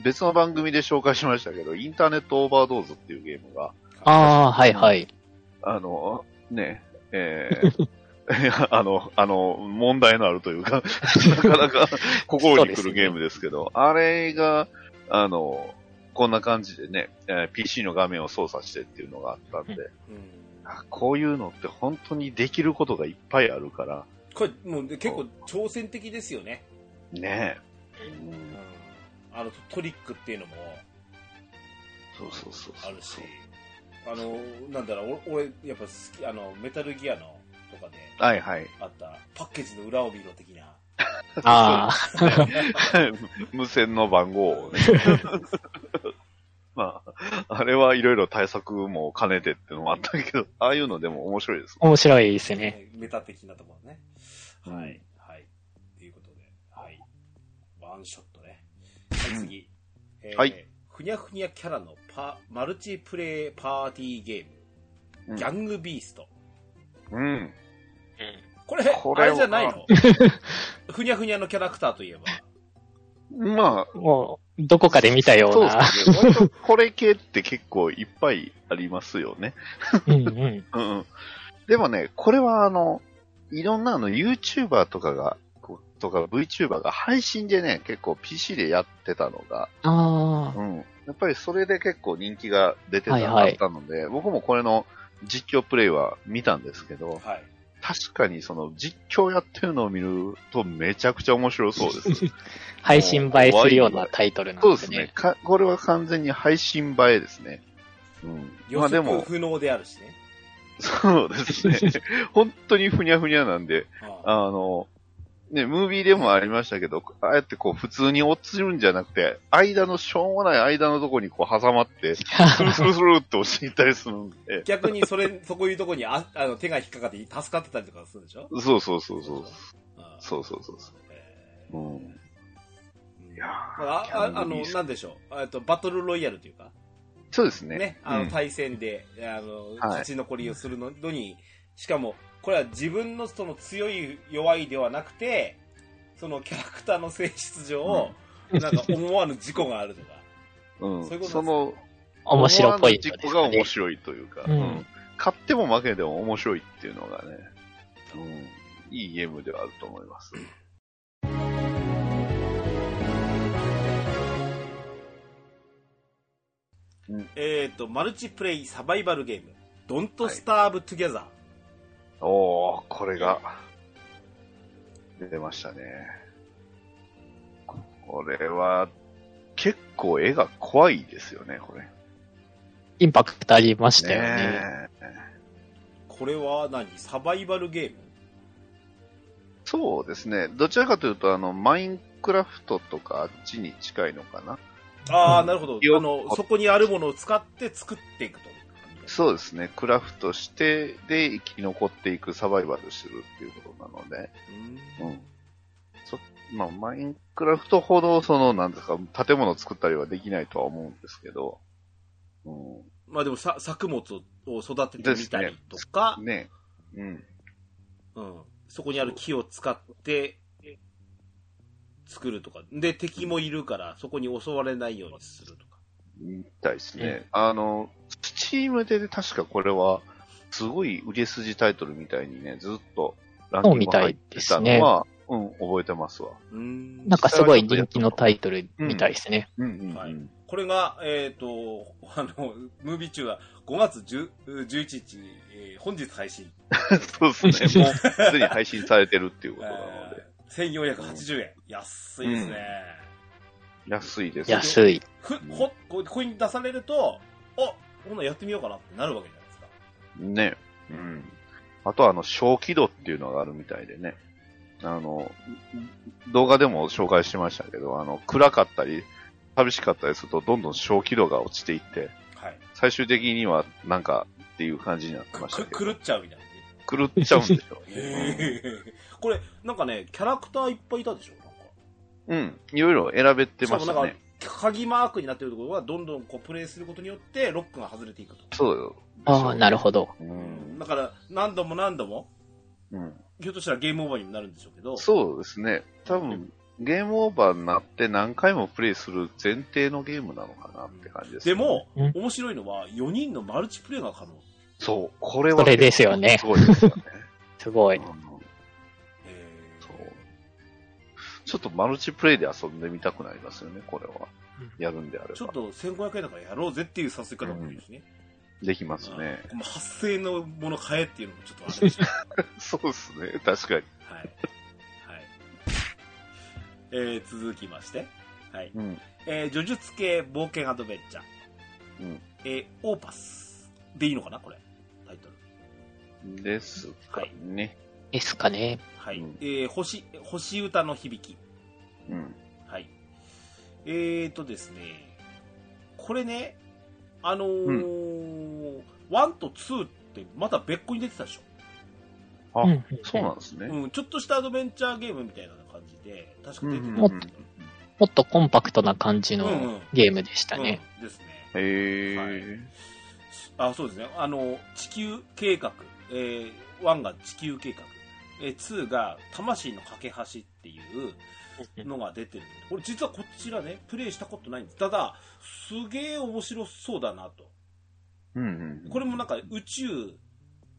Speaker 2: 別の番組で紹介しましたけど、インターネットオーバードーズっていうゲームが、
Speaker 3: ああ、はいはい。
Speaker 2: あの、ね、えー *laughs* いやあの、あの、問題のあるというか、なかなか心にくるゲームですけど、あれが、あの、こんな感じでね、えー PC の画面を操作してっていうのがあったんで、
Speaker 1: うん
Speaker 2: あこういうのって本当にできることがいっぱいあるから、
Speaker 1: これ、もうね結構挑戦的ですよね。
Speaker 2: ねえ。う
Speaker 1: うん
Speaker 2: ん、
Speaker 1: あの、トリックっていうのも
Speaker 2: そうそうそうそう。
Speaker 1: あるし、あの、なんだろう、お俺、やっぱ好き、あの、メタルギアのとかで
Speaker 2: はいはい。 *laughs*
Speaker 1: あった、パッケージの裏を見ろ的な。
Speaker 3: ああ、
Speaker 2: 無線の番号をね。まあ、あれはいろいろ対策も兼ねてっていうのもあったけど、ああいうのでも面白いですね。
Speaker 3: 面白いですね。
Speaker 1: *laughs* ねメタ的なところね。
Speaker 2: うん
Speaker 1: はい。はい。ということで、はい。ワンショットね。はい、次。えー
Speaker 2: はい
Speaker 1: ふにゃふにゃキャラのパマルチプレイパーティーゲー
Speaker 2: うん
Speaker 1: ム、ギャングビースト。
Speaker 2: うん。
Speaker 1: これ、
Speaker 2: これは
Speaker 1: あれじゃないのふにゃふにゃのキャラクターと
Speaker 2: *laughs*
Speaker 1: いえば。
Speaker 2: まあ、
Speaker 3: もう、どこかで見たよう
Speaker 2: そうで
Speaker 3: な。
Speaker 2: すね。割とこれ系って結構いっぱいありますよね。
Speaker 3: うんうん。
Speaker 2: うんうん。でもね、これはあの、いろんなあの YouTuber とかが、こうとか VTuber が配信でね、結構 PC でやってたのが、
Speaker 3: あ
Speaker 2: うん。やっぱりそれで結構人気が出てた、
Speaker 3: はいはい
Speaker 2: あったので、僕もこれの実況プレイは見たんですけど、
Speaker 1: はい。
Speaker 2: 確かにその実況やってるのを見るとめちゃくちゃ面白そうです。
Speaker 3: あ、配信映えするようなタイトルなん
Speaker 2: そう
Speaker 3: で
Speaker 2: ですす
Speaker 3: ね
Speaker 2: ね。。かこれは完全に配信映えですね。うん。
Speaker 1: 予
Speaker 2: まあで
Speaker 1: 測
Speaker 2: も、
Speaker 1: 不能であるしね。
Speaker 2: そうです
Speaker 1: *laughs*
Speaker 2: ね。本当にふにゃふにゃなんで、
Speaker 1: あ
Speaker 2: あの、ね、ムービーでもありましたけど、ああやってこう普通に落ちるんじゃなくて、間のしょうもない間のとこにこう挟まって、スルスルスルって押していったりするんで、
Speaker 1: 逆にそれ、 *laughs* そこいうとこにああの手が引っかかって助かってたりとかするでしょ
Speaker 2: そうそうそうそう。
Speaker 1: あ
Speaker 2: そうそうそうそ
Speaker 1: え
Speaker 2: う。うん。
Speaker 1: ーうん
Speaker 2: いやー
Speaker 1: まあ、あああの、なんでしょう。えっと、バトルロイヤルというか、
Speaker 2: そうですね。
Speaker 1: ね、あの、対戦で、あの、勝ち残りをするのに、しかも、これは自分のその強い弱いではなくて、そのキャラクターの性質上、なんか思わぬ事故があるとか。 *laughs*
Speaker 2: うん。うん
Speaker 1: そういうことです
Speaker 2: その、
Speaker 3: *laughs* 面白ポイント
Speaker 2: 実
Speaker 3: です
Speaker 2: 行が
Speaker 3: ね
Speaker 2: 面。白いというか、
Speaker 3: う
Speaker 2: うんん勝っても負けても面白いっていうのがね、うん、いいゲームではあると思います。
Speaker 1: えっと、マルチプレイサバイバルゲーム、ドントスターブトゥギャザー。
Speaker 2: おー、これが、出ましたね。これは、結構絵が怖いですよね、これ。
Speaker 3: インパクトありましたよね。
Speaker 2: ねえ。
Speaker 1: これは何サバイバルゲーム
Speaker 2: そうですね。どちらかというと、あの、マインクラフトとかあっちに近いのかな。
Speaker 1: ああ、なるほど。
Speaker 2: よ
Speaker 1: あの、そこにあるものを使って作っていくと。
Speaker 2: そうですね。クラフトして、で、生き残っていくサバイバルするっていうことなので、
Speaker 1: うん
Speaker 2: うん。そまあ、マインクラフトほど、その、なんですか、建物作ったりはできないとは思うんですけど、う
Speaker 1: まあでもさ、作物を育ててみたりとか、
Speaker 2: ん。ね。うん。
Speaker 1: うん、そこにある木を使って作るとか。で、敵もいるから、そこに襲われないようにするとか。
Speaker 2: みたいですね。あの、スチームでね確かこれは、すごい売れ筋タイトルみたいにね、ずっとランキング入ってたのは、うん、覚えてますわ。
Speaker 1: うん
Speaker 3: なんかすごい人気のタイトルみたいですね。
Speaker 2: うんうん、うん
Speaker 1: はいこれが、えっ、と、 *laughs* あの、ムービー中は5月10 11日、えー本日配信。
Speaker 2: *laughs* そう *laughs* ですね。もう、すでに配信されてるっていうことなので。
Speaker 1: えー1480円。安いですね。
Speaker 2: 安いです。
Speaker 3: 安い。
Speaker 1: ふ、ほ、ここれに出されると、あ、こんなんやってみようかなってなるわけじゃないですか。
Speaker 2: ね。うん。あとは、あの、小気度っていうのがあるみたいでね。あの、動画でも紹介しましたけど、あの、暗かったり、寂しかったりすると、どんどん小気度が落ちていって、
Speaker 1: はい。
Speaker 2: 最終的には、なんか、っていう感じになってました
Speaker 1: く、
Speaker 2: け
Speaker 1: く、
Speaker 2: ど
Speaker 1: 狂っちゃうみたいなね。。
Speaker 2: 狂っちゃうんでしょ
Speaker 1: へーこれ、なんかね、キャラクターいっぱいいたでしょなんか。
Speaker 2: うん。いろいろ選べてまし
Speaker 1: しかもな
Speaker 2: た
Speaker 1: ん
Speaker 2: ね
Speaker 1: か。、鍵マークになってるところは、どんどんこうプレイすることによって、ロックが外れていくと。
Speaker 2: そうよ。
Speaker 3: ああ、なるほど。
Speaker 2: うん。
Speaker 1: だから、何度も何度も、
Speaker 2: うん。
Speaker 1: ひょっとしたらゲームオーバーにもなるんでしょうけど、
Speaker 2: そうですね。多分、ゲームオーバーになって何回もプレイする前提のゲームなのかなって感じです、
Speaker 1: で、も、
Speaker 3: うん
Speaker 1: 面白いのは、4人のマルチプレイが可能。
Speaker 2: そう、これは。
Speaker 3: それですよね
Speaker 2: すご
Speaker 1: *laughs*
Speaker 2: いですよね。
Speaker 3: す
Speaker 2: *laughs*
Speaker 3: ご
Speaker 2: うん
Speaker 3: い。
Speaker 1: え
Speaker 2: そうちょっとマルチプレイで遊んでみたくなりますよね、これは
Speaker 3: うん。
Speaker 2: やるんであれば。
Speaker 1: ーちょっと1500円だからやろうぜっていう誘い方もいいですね。
Speaker 2: できますね。
Speaker 1: うん8000円のもの買えっていうのもちょっとあれですね
Speaker 2: そうですね、確かに。
Speaker 1: はい。はい。 *laughs* えー、続きまして、はい。
Speaker 2: うん。
Speaker 1: えー、呪術系冒険アドベンチャー。
Speaker 2: うん
Speaker 1: えー、オーパス。でいいのかなこれ。タイトル。
Speaker 2: ですかね。
Speaker 3: ですかね。
Speaker 1: はい。
Speaker 2: うん
Speaker 1: えー、星、星歌の響き。
Speaker 2: うん。
Speaker 1: はい。えーとですね、これね、あのー、1と2ってまた別個に出てたでしょ。
Speaker 2: あ、
Speaker 3: うん
Speaker 2: そうなんですね。
Speaker 1: うん、ちょっとしたアドベンチャーゲームみたいな感じで、確か
Speaker 2: うん
Speaker 1: 出
Speaker 2: う
Speaker 1: てたん
Speaker 2: んう
Speaker 1: で
Speaker 2: ん
Speaker 3: もっとコンパクトな感じ
Speaker 1: すよ。うん
Speaker 3: の
Speaker 1: うん
Speaker 3: ゲームでしたね。
Speaker 1: うんですね。
Speaker 2: へー。
Speaker 1: あ、そうですね。あの、地球計画。えー、1が地球計画。えー、2が魂の架け橋っていう、のが出てる。俺実はこちらね、プレイしたことないんです。ただ、すげえ面白そうだなと。
Speaker 2: うんうんうん
Speaker 1: これもなんか宇宙、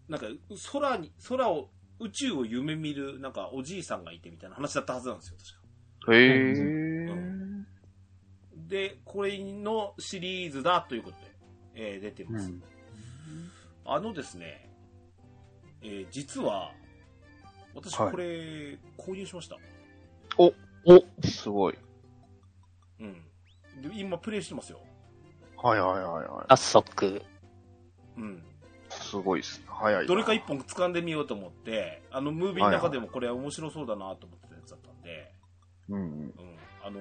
Speaker 1: なんか空に、空を、宇宙を夢見る、なんかおじいさんがいてみたいな話だったはずなんですよ、確か。
Speaker 2: へー
Speaker 1: で、これのシリーズだということで、えー出てます。
Speaker 2: うん
Speaker 1: あのですね、えー実は、私
Speaker 2: はい
Speaker 1: これ、購入しました。
Speaker 3: お、
Speaker 2: すごい。
Speaker 1: うん。で、今プレイしてますよ。
Speaker 2: はいはいはいは
Speaker 3: 早速。
Speaker 1: うん。
Speaker 2: い。すごいっすね。早いな。
Speaker 1: どれか一本掴んでみようと思って、あの、ムービーの中でもこれ面白そうだなと思ってたやつだったんで、
Speaker 2: うんうん。
Speaker 1: うん。あの、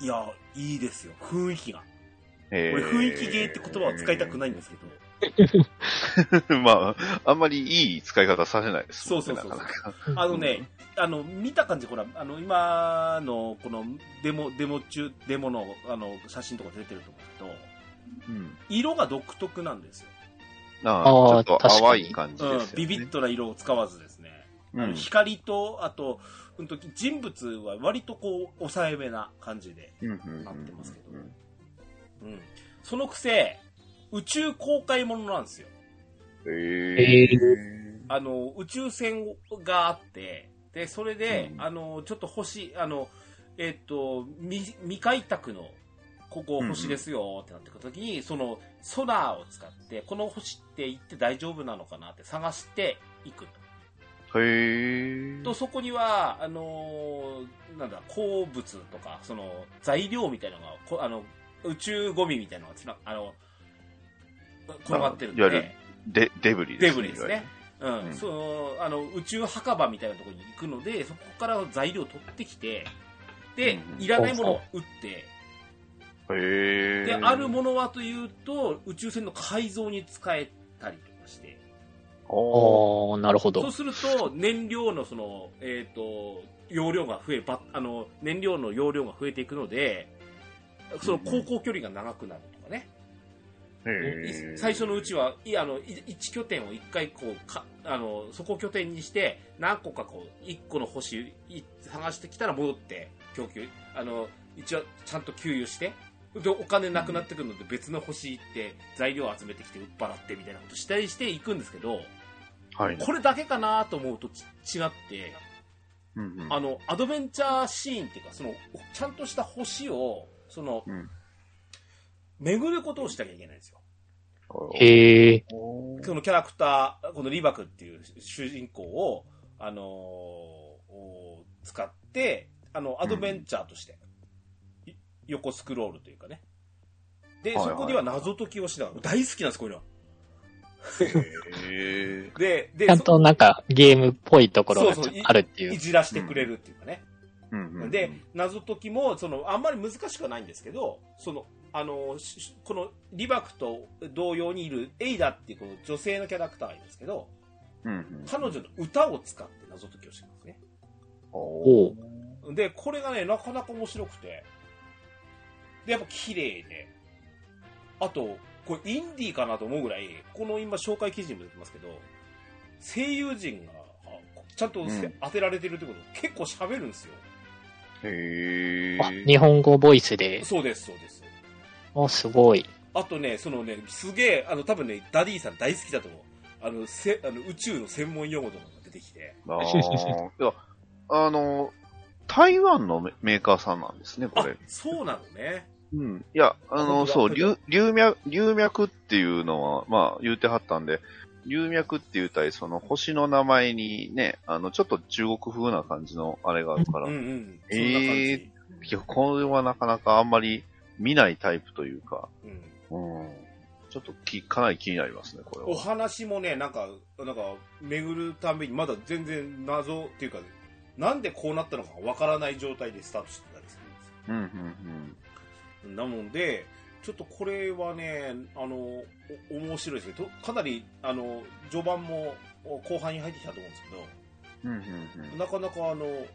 Speaker 1: いや、いいですよ。雰囲気が。
Speaker 2: え
Speaker 1: 俺、雰囲気ゲーって言葉は使いたくないんですけど。
Speaker 2: ど。 *laughs* まあ、あんまりいい使い方させないですもんね。
Speaker 1: そうそうそうそう
Speaker 2: なかなか
Speaker 1: あのね、あの、見た感じ、ほら、あの、今の、この、デモ、デモ中、デモの、あの、写真とか出てると思う
Speaker 2: うん。
Speaker 1: けど、色が独特なんですよ。
Speaker 2: な
Speaker 3: あ
Speaker 2: あ、
Speaker 3: ー
Speaker 2: ちょっと淡い感じ
Speaker 1: う
Speaker 2: で
Speaker 1: ん
Speaker 2: す、よね。
Speaker 1: ビビッとな色を使わずですね。
Speaker 2: う
Speaker 1: あの
Speaker 2: ん。
Speaker 1: 光と、あと、うんと、人物は割とこう、抑えめな感じで。
Speaker 2: うんうんうん
Speaker 1: なってますけど
Speaker 2: うん
Speaker 1: うん。そのくせ、宇宙公開ものなんですよ。
Speaker 2: へ
Speaker 3: へ
Speaker 2: ー。
Speaker 1: あの、宇宙船があって、で、それで、
Speaker 2: うん
Speaker 1: あの、ちょっと星、あの、えっと、未未開拓の、ここ星ですよってなってくるときに、その、ソナーを使って、この星って行って大丈夫なのかなって探していくと。
Speaker 2: へー。
Speaker 1: と、そこには、あのーなんだ、鉱物とか、その、材料みたいなのが、こあの、宇宙ゴミみたいなのがつな、あの、転がってるん
Speaker 2: いわゆる
Speaker 1: で、
Speaker 2: デ、デブリです
Speaker 1: デブリですね。。うん、
Speaker 2: うん
Speaker 1: そのあの宇宙墓場みたいなところに行くのでそこから材料を取ってきてで、
Speaker 2: うん
Speaker 1: いらないものを売って
Speaker 2: いわゆるへ
Speaker 1: で
Speaker 2: ー。
Speaker 1: あるものはというと宇宙船の改造に使えたりとかして
Speaker 2: おー
Speaker 3: おー、なるほ
Speaker 1: そう
Speaker 3: ど。
Speaker 1: すると燃料のその、えー、と容量が増えばあの燃料の容量が増えていくのでその航行距離が長くなるとかね、
Speaker 2: へー
Speaker 1: 最初のうちはいあの1拠点を1回こうかあのそこを拠点にして何個かこう1個の星い探してきたら戻って供給あの一応ちゃんと給油してでお金なくなってくるので別の星行って材料を集めてきて売っ払ってみたいなことしたりしていくんですけど
Speaker 2: はい。
Speaker 1: これだけかなと思うとち違って
Speaker 2: うんうん
Speaker 1: あのアドベンチャーシーンっていうかそのちゃんとした星をその
Speaker 2: うん
Speaker 1: 巡ることをしなきゃいけないんですよ。
Speaker 3: へえ。
Speaker 2: おー
Speaker 1: そのキャラクター、このリバクっていう主人公を、あのーお使って、あの、アドベンチャーとして、い横スクロールというかね。で、
Speaker 2: はいはい
Speaker 1: そこには謎解きをしながら、大好きなんです、こういうのは。
Speaker 2: へー
Speaker 1: で、で、
Speaker 3: ちゃん
Speaker 1: そ
Speaker 3: となんかゲームっぽいところが
Speaker 1: そうそうい
Speaker 3: あるってい。
Speaker 1: いうじらしてくれるっていうかね。
Speaker 2: うんうんうん
Speaker 1: で、謎解きも、その、あんまり難しくはないんですけど、その、あのーししこのリバクと同様にいるエイダっていうこの女性のキャラクターがいるんですけど、
Speaker 2: うんうん
Speaker 1: 彼女の歌を使って謎解きをしてるんですね。
Speaker 2: お
Speaker 3: お
Speaker 2: ー
Speaker 1: で、これがね、なかなか面白くて。で、やっぱ綺麗で。あと、これインディーかなと思うぐらい、この今紹介記事にも出てますけど、声優陣が、あちゃんとせ、
Speaker 2: うん
Speaker 1: 当てられてるってこと、結構喋るんですよ。
Speaker 2: へ
Speaker 3: あ、
Speaker 2: え。
Speaker 3: 日本語ボイスで。
Speaker 1: そうです、そうです。
Speaker 3: お、すごい。
Speaker 1: あとね、そのね、すげえ、あの、多分ね、ダディさん大好きだと思う。あの、せ、あの、宇宙の専門用語とかが出てきて。
Speaker 2: あーいやあの、台湾のメメーカーさんなんですね、こ
Speaker 1: あ
Speaker 2: れ。、
Speaker 1: そうなのね。
Speaker 2: うん。いや、あ
Speaker 1: 本当
Speaker 2: の、
Speaker 1: だ
Speaker 2: そ
Speaker 1: こ
Speaker 2: う、
Speaker 1: れだ
Speaker 2: 流流脈、流脈っていうのは、まあ、言うてはったんで、流脈って言うたり、その星の名前にね、あの、ちょっと中国風な感じのあれがある
Speaker 1: う
Speaker 2: から、
Speaker 1: んう
Speaker 2: い
Speaker 1: ん。
Speaker 2: え
Speaker 1: そんな感じ。
Speaker 2: ーや、これはなかなかあんまり見ないタイプというか、
Speaker 1: うん。
Speaker 2: うん。ちょっとき、かなり気になりますね、これ
Speaker 1: お
Speaker 2: は。
Speaker 1: 話もね、なんか、なんか、巡るたんびに、まだ全然謎っていうか、なんでこうなったのかわからない状態でスタートしてたりするんです
Speaker 2: うん、うん、
Speaker 1: よ。なので、ちょっとこれはね、あの、お面白いですね。とかなり、あの、序盤もお後半に入ってきたと思うんですけど、
Speaker 2: うん。うん、うん、うん。
Speaker 1: なかなかあの、行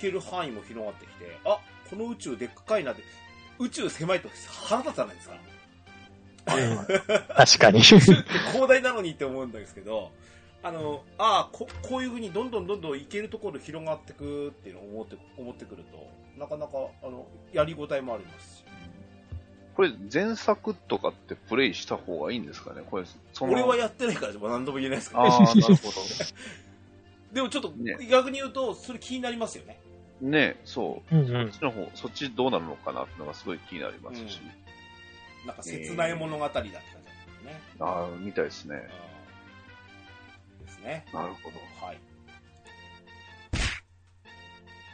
Speaker 1: ける範囲も広がってきて、あ、この宇宙でっかいなって、宇宙狭いと腹立つじゃない
Speaker 2: *laughs*
Speaker 1: ですか。
Speaker 3: 確かに。
Speaker 1: 広大なのにって思うんですけど、あの、ああ、ここういうふうにどんどんどんどん行けるところ広がってくっていうのを思って、思ってくると、なかなか、あの、やりごたえもありますし。
Speaker 2: これ、前作とかってプレイした方がいいんですかねこれ、その。
Speaker 1: 俺はやってないから、何とも言えないですけど、
Speaker 2: ああ、なるほど。
Speaker 1: *laughs* でもちょっと、
Speaker 2: ね
Speaker 1: 逆に言うと、それ気になりますよね。
Speaker 2: ねそう。
Speaker 3: うんうん
Speaker 2: そっちの方、そっちどうなるのかなってのがすごい気になりますし、
Speaker 1: なんか切ない物語だって感じなんですね。
Speaker 2: ああ、みたいですね。
Speaker 1: うんですね。
Speaker 2: なるほど。
Speaker 1: はい。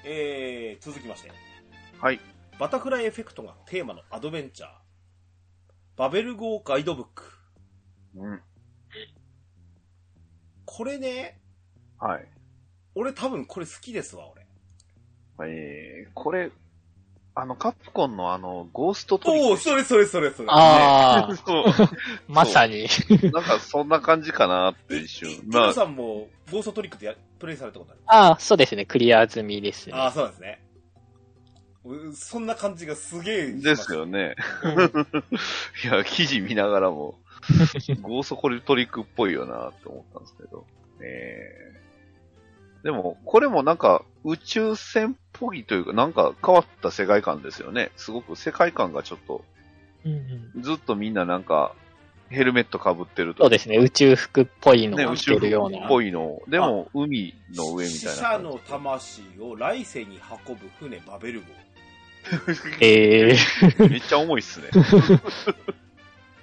Speaker 1: えー、続きまして。
Speaker 2: はい。
Speaker 1: バタフライエフェクトがテーマのアドベンチャー。バベル号ガイドブック。
Speaker 2: うん。
Speaker 1: これね、
Speaker 2: はい。
Speaker 1: 俺多分これ好きですわ、俺。
Speaker 2: えー、これ、あの、カプコンのあの、ゴーストトリッ
Speaker 1: おお、それそれそれそれ。
Speaker 3: あ
Speaker 2: ク。
Speaker 3: あ、
Speaker 2: *laughs* そ
Speaker 3: まさに。
Speaker 2: う。なんか、そんな感じかなって一
Speaker 1: いい
Speaker 2: 瞬。
Speaker 1: テ
Speaker 2: ま
Speaker 1: ロ
Speaker 2: あ、
Speaker 1: さんもゴーストトリックでやプレイされたことある
Speaker 3: ああ、そうですね。クリア済みですね。
Speaker 1: ああ、そうなんですね。うそんな感じがすげえします。
Speaker 2: ですよね。 *laughs* いや、記事見ながらも、ゴーストトリックっぽいよなって思ったんですけど。えー、でも、これもなんか、宇宙船っぽいというか、なんか変わった世界観ですよね。すごく世界観がちょっと、
Speaker 3: うんうん
Speaker 2: ずっとみんななんか、ヘルメット被ってると
Speaker 3: そうですね。宇宙服っぽいの
Speaker 2: ね、
Speaker 3: を
Speaker 2: 宇
Speaker 3: 着て
Speaker 2: 宙
Speaker 3: るよう
Speaker 2: 服っ
Speaker 3: な。
Speaker 2: ぽいのを。でも、海の上み
Speaker 1: 死
Speaker 2: たい
Speaker 1: 者
Speaker 2: な
Speaker 1: の
Speaker 2: 感
Speaker 1: 魂を来世に運ぶ船バベル号。
Speaker 3: ええ
Speaker 2: じ。めっちゃ重いっすね。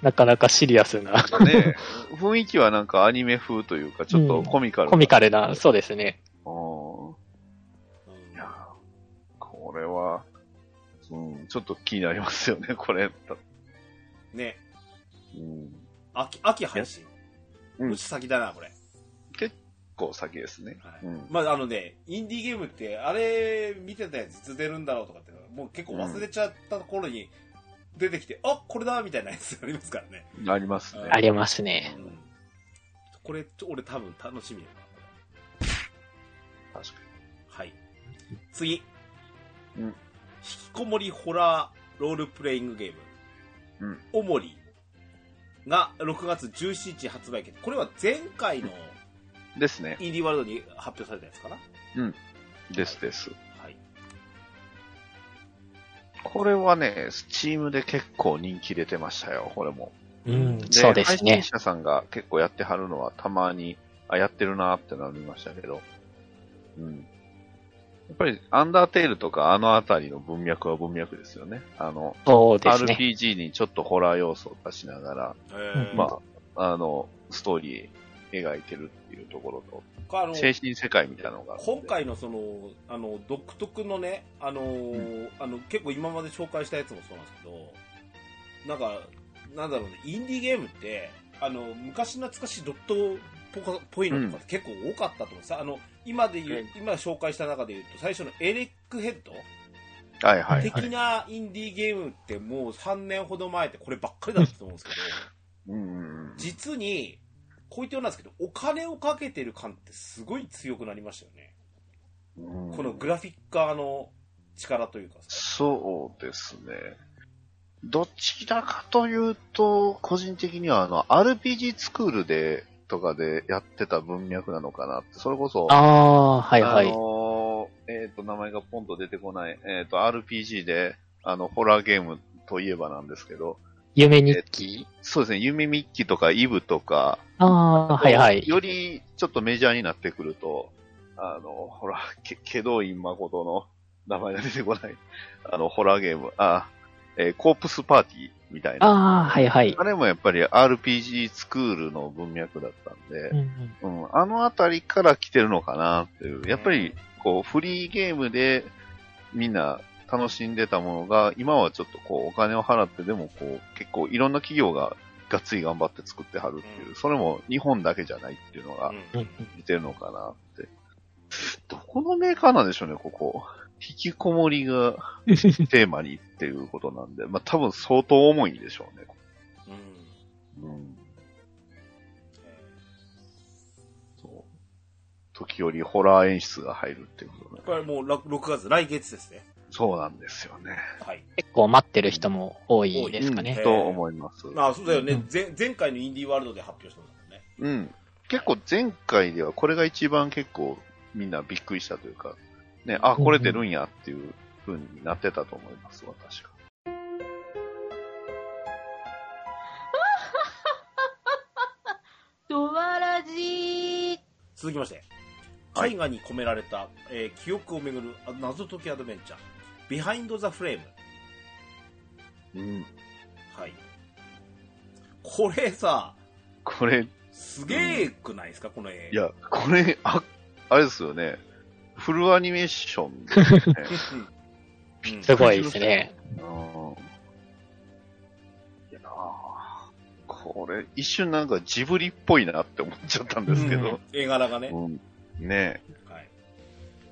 Speaker 3: なかなかシリアスな、 *laughs*
Speaker 2: ね雰囲気はなんかアニメ風というか、ちょっとコミカルな、
Speaker 3: コミカルな、そうですね。
Speaker 2: うん
Speaker 1: うん
Speaker 2: いやーこれは、うん、ちょっと気になりますよね、 *laughs* これ。
Speaker 1: ね、
Speaker 2: うん、
Speaker 1: 秋、秋配信。
Speaker 2: うん
Speaker 1: うち先だな、これ。
Speaker 2: こう先ですね。
Speaker 1: はい
Speaker 2: うん
Speaker 1: まあ、あのね、インディーゲームって、あれ見てたやついつ出るんだろうとかって、もう結構忘れちゃった頃に出てきて、あこれだみたいなやつありますからね。
Speaker 2: ありますね。
Speaker 1: は
Speaker 3: ありますね。
Speaker 2: うん
Speaker 1: これ、ちょ俺多分楽しみだな、これ
Speaker 2: 確か
Speaker 1: はい。次。
Speaker 2: うん
Speaker 1: 引きこもりホラーロールプレイングゲーム。
Speaker 2: うん
Speaker 1: おもりが6月17日発売決定。これは前回の
Speaker 2: に。ですね。
Speaker 1: インディーワールドに発表されたやつかな。
Speaker 2: ですです。
Speaker 1: はい。
Speaker 2: これはね、スチームで結構人気出てましたよ、これも。
Speaker 3: うん、そうですね
Speaker 2: 配信。者さんが結構やってはるのはたまに、あ、やってるなーってなりましたけど。うん。やっぱり、アンダーテールとかあのあたりの文脈は文脈ですよね。あの、
Speaker 3: そうですね。
Speaker 2: RPG にちょっとホラー要素を出しながら、
Speaker 1: えー
Speaker 2: まあ、あの、ストーリー描いてるっていうところと、
Speaker 1: あの
Speaker 2: 精神世界みたいなのがあって。
Speaker 1: 今回のその、あの、独特のね、あのーあの、結構今まで紹介したやつもそうなんですけど、なんか、なんだろうね、インディーゲームって、あの、昔懐かしいドットっぽかっぽいのとか結構多かったと思うんですよあの、今で言う、今紹介した中で言うと、最初のエレックヘッド
Speaker 2: はいはいは
Speaker 1: 的
Speaker 2: い。
Speaker 1: なインディーゲームってもう3年ほど前ってこればっかりだったと思うんですけど、
Speaker 2: うんうんうん。
Speaker 1: 実に、こう言ってようなんですけど、お金をかけてる感ってすごい強くなりましたよね。
Speaker 2: うん
Speaker 1: このグラフィッカーの力というかさ、
Speaker 2: そうですね。どちらかというと、個人的にはあの、RPG スクールで、とかでやってた文脈なのかなって、それこそ、
Speaker 3: ああー、はいは
Speaker 2: あ
Speaker 3: い。
Speaker 2: のーえっ、と、名前がポンと出てこない、えっ、と、RPG で、あの、ホラーゲームといえばなんですけど、
Speaker 3: 夢日記。
Speaker 2: そうですね、夢ミッキーとかイブとか、
Speaker 3: ああ、はいはい。
Speaker 2: よりちょっとメジャーになってくると、あの、ほら、け、けどい誠の名前が出てこない、 *laughs* あの、ホラーゲーム、あ、えーコープスパーティーみたいな。
Speaker 3: ああ、はいはい。
Speaker 2: あれもやっぱり RPG スクールの文脈だったんで、
Speaker 3: うんうん
Speaker 2: うん、あのあたりから来てるのかなっていう。やっぱり、こう、フリーゲームでみんな楽しんでたものが、今はちょっとこう、お金を払ってでもこう、結構いろんな企業ががっつり頑張って作ってはるっていうう、それも日本だけじゃないっていうのが
Speaker 3: うんう
Speaker 1: うんん
Speaker 2: 似てるのかなって。どこのメーカーなんでしょうね、ここ。引きこもりがテーマにっていうことなんで、まあ多分相当重いんでしょうね。
Speaker 1: うん
Speaker 2: うん、
Speaker 1: え
Speaker 2: そう時折ホラー演出が入るっていうことね
Speaker 1: ーこれもうら6月、来月ですね。
Speaker 2: そうなんですよね。
Speaker 1: はい。
Speaker 3: *laughs* 結構待ってる人も多いですか
Speaker 2: うん
Speaker 3: ね。
Speaker 2: と思います。
Speaker 1: ああ、そうだよね、
Speaker 3: うん
Speaker 1: 前。前回のインディーワールドで発表したんだもんね。
Speaker 2: うん。結構前回ではこれが一番結構みんなびっくりしたというか、ね、あ、これ出るんやっていう風になってたと思います、私が。
Speaker 5: ドワラジー
Speaker 1: 続きまして、
Speaker 2: はい
Speaker 1: 絵画に込められた、えー記憶をめぐるあ謎解きアドベンチャー、ビハインド・ザ・フレーム。
Speaker 2: うん。
Speaker 1: はい。これさ、
Speaker 2: これ、
Speaker 1: すげえくないですか、この絵。
Speaker 2: いや、これ、あ、あれですよね。フルアニメーションですね *laughs*
Speaker 1: うん。うん
Speaker 3: すごいですね。
Speaker 2: うん。いやあこれ、一瞬なんかジブリっぽいなって思っちゃったんですけど。
Speaker 1: 絵柄がね。
Speaker 2: うん、ね
Speaker 1: はい。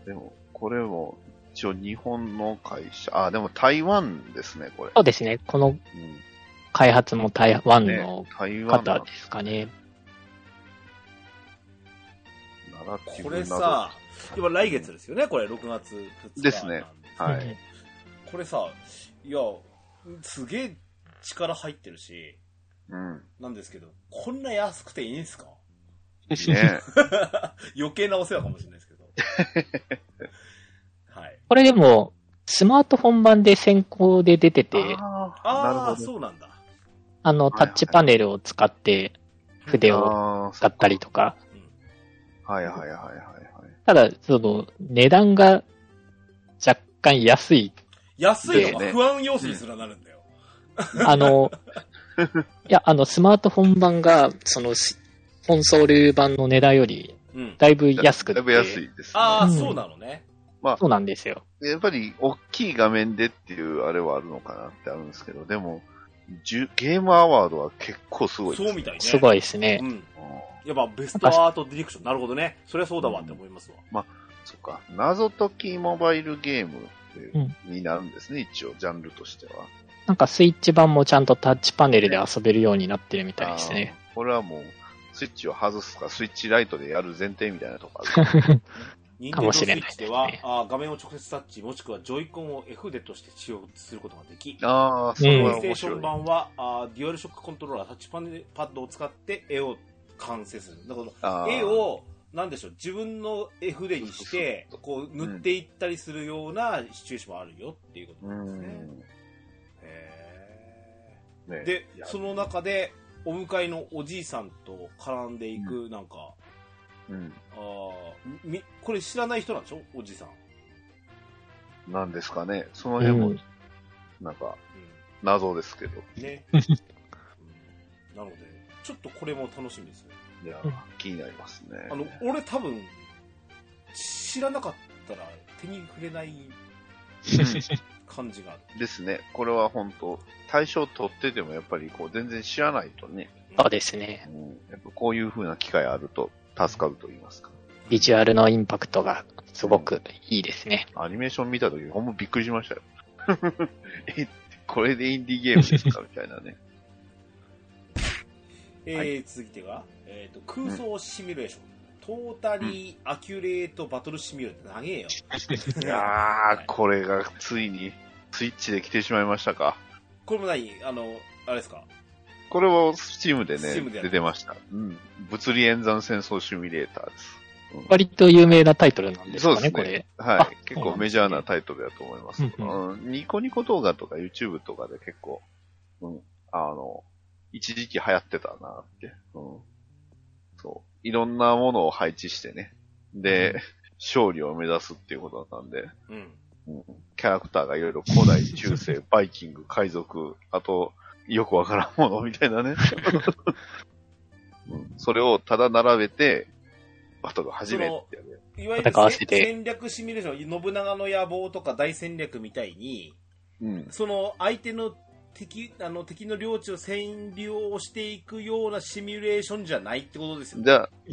Speaker 2: でも、これも、一応日本の会社、あ、でも台湾ですね、これ。
Speaker 3: そうですね。この
Speaker 2: うん
Speaker 3: 開発も台湾
Speaker 2: ね
Speaker 3: の
Speaker 2: 台湾
Speaker 3: 方
Speaker 2: な
Speaker 3: ですかね。
Speaker 2: らっていう
Speaker 1: これさ、今来月ですよね、これ、6月2日。
Speaker 2: ですね。はい
Speaker 3: うん
Speaker 1: これさ、いや、すげえ力入ってるし、
Speaker 2: うん。
Speaker 1: なんですけど、こんな安くていいんすか
Speaker 2: ね
Speaker 1: 余計なお世話かもしれないですけど。はい。
Speaker 3: *laughs* これでも、スマートフォン版で先行で出てて、あ
Speaker 1: あ
Speaker 2: あ
Speaker 1: あ、
Speaker 2: ー、なるほど。
Speaker 1: そうなんだ。
Speaker 3: の、
Speaker 2: はいは
Speaker 3: タ
Speaker 2: い
Speaker 3: ッチパネルを使って筆を
Speaker 2: あー
Speaker 3: 使ったりとか、
Speaker 1: うん
Speaker 2: はいはいはいはいはい。
Speaker 3: ただ、その、値段が若干安
Speaker 2: *laughs*
Speaker 3: い。
Speaker 1: 安いのが
Speaker 2: でね
Speaker 1: 不安要素にすらなるんだよ。
Speaker 3: あの、いや、あの、スマートフォン版が、その、スコンソール版の値段より、
Speaker 1: うん。
Speaker 3: だいぶ安くて。
Speaker 2: だいぶ安。いです、ね。
Speaker 1: ああ、
Speaker 3: うん
Speaker 1: そうなのね。
Speaker 3: そうなんですよ。
Speaker 2: やっぱり、大きい画面でっていうあれはあるのかなってあるんですけど、でも、じゅゲームアワードは結構すごいです、
Speaker 1: そうみたいね。
Speaker 3: すごいですね
Speaker 1: う。ん。
Speaker 2: うん
Speaker 1: やっぱベストアートディレクション。なるほどね。そりゃそうだわって思いますわ。
Speaker 2: そっか。謎解きモバイルゲームっていう
Speaker 3: うん
Speaker 2: になるんですね、一応、ジャンルとしては。
Speaker 3: なんかスイッチ版もちゃんとタッチパネルで遊べるようになってるみたいですね。
Speaker 2: あーこれはもう、スイッチを外すか、スイッチライトでやる前提みたいなとこあ
Speaker 3: *laughs*
Speaker 2: る。
Speaker 1: 任天
Speaker 3: か
Speaker 1: 堂
Speaker 3: も
Speaker 1: ス
Speaker 3: し
Speaker 1: イ
Speaker 3: れない
Speaker 1: ッ
Speaker 3: です
Speaker 1: チで
Speaker 3: ね
Speaker 1: は、あー画面を直接タッチ、もしくはジョイコンを絵筆として使用することができ、
Speaker 2: ああ、それ
Speaker 1: プレ
Speaker 2: は
Speaker 1: イステー
Speaker 2: 面
Speaker 1: シ
Speaker 2: 白
Speaker 1: ョ
Speaker 2: い。
Speaker 1: ン版は、あーデュアルショックコントローラー、タッチパネルパッドを使って絵を完成する。だから
Speaker 2: あー
Speaker 1: 絵、を、なんでしょう、自分の絵筆にして
Speaker 2: そう、
Speaker 1: こう、塗っていったりするようなシチュエーションもあるよっていうこと
Speaker 2: う
Speaker 1: なんですね。
Speaker 2: ん。
Speaker 1: へ
Speaker 2: ね
Speaker 1: ーで
Speaker 2: い、や
Speaker 1: その中で、お迎えのおじいさんと絡んでいく、なんか、
Speaker 2: うん。
Speaker 1: あーみ、これ知らない人なんでしょおじさん。
Speaker 2: なんですかね。その
Speaker 3: う
Speaker 2: 辺も
Speaker 3: ん、、
Speaker 2: なんか、
Speaker 1: う
Speaker 2: 謎ですけど。
Speaker 1: ん。
Speaker 2: *laughs*
Speaker 1: ね。うんなので、ちょっとこれも楽しみですね。
Speaker 2: いや
Speaker 3: うん、
Speaker 2: 気になりますね。
Speaker 1: あの、俺多分、知らなかったら手に触れない感じがある。
Speaker 2: ですね。これは本当対象取っててもやっぱりこう、全然知らないとね、
Speaker 3: そうですね。
Speaker 2: うん、やっぱこういう風な機会あると助かると言いますか。
Speaker 3: ビジュアルのインパクトがすごくいいですね。
Speaker 2: アニメーション見たとき、ほんまびっくりしましたよ。 *laughs* え、これでインディーゲームですかみたい *laughs* なね。
Speaker 1: えー
Speaker 2: は
Speaker 1: 続いてが、えーと、空想シミュレーション。トータリーアキュレートバトルシミュレーション。長えよ。
Speaker 2: いやー、これがついに、スイッチで来てしまいましたか。
Speaker 1: これも何あの、あれですか
Speaker 2: これはスチームでね、
Speaker 1: Steam でやる
Speaker 2: 出てました。うん。物理演算戦争シミュレーターです。
Speaker 3: *laughs* 割と有名なタイトルなんです
Speaker 2: そう
Speaker 3: か
Speaker 2: で
Speaker 3: ね、
Speaker 2: すね。
Speaker 3: これ。あ
Speaker 2: はい。結構メジャーなタイトルだと思います。
Speaker 3: うんうん
Speaker 2: うんニコニコ動画とか YouTube とかで結構、うん、あの、一時期流行ってたなって、うん。そう。いろんなものを配置してね。で、勝利を目指すっていうことだったんで、
Speaker 1: うん。
Speaker 2: うんキャラクターがいろいろ古代、中世、バイキング、海賊、あと、よくわからんものみたいなね。うんそれをただ並べて、バトル始めってやる。
Speaker 1: いわゆる
Speaker 3: 戦わせて
Speaker 1: 戦略シミュレーション、信長の野望とか大戦略みたいに、
Speaker 2: うん。
Speaker 1: その相手の敵、あの敵の領地を占領していくようなシミュレーションじゃないってことですよね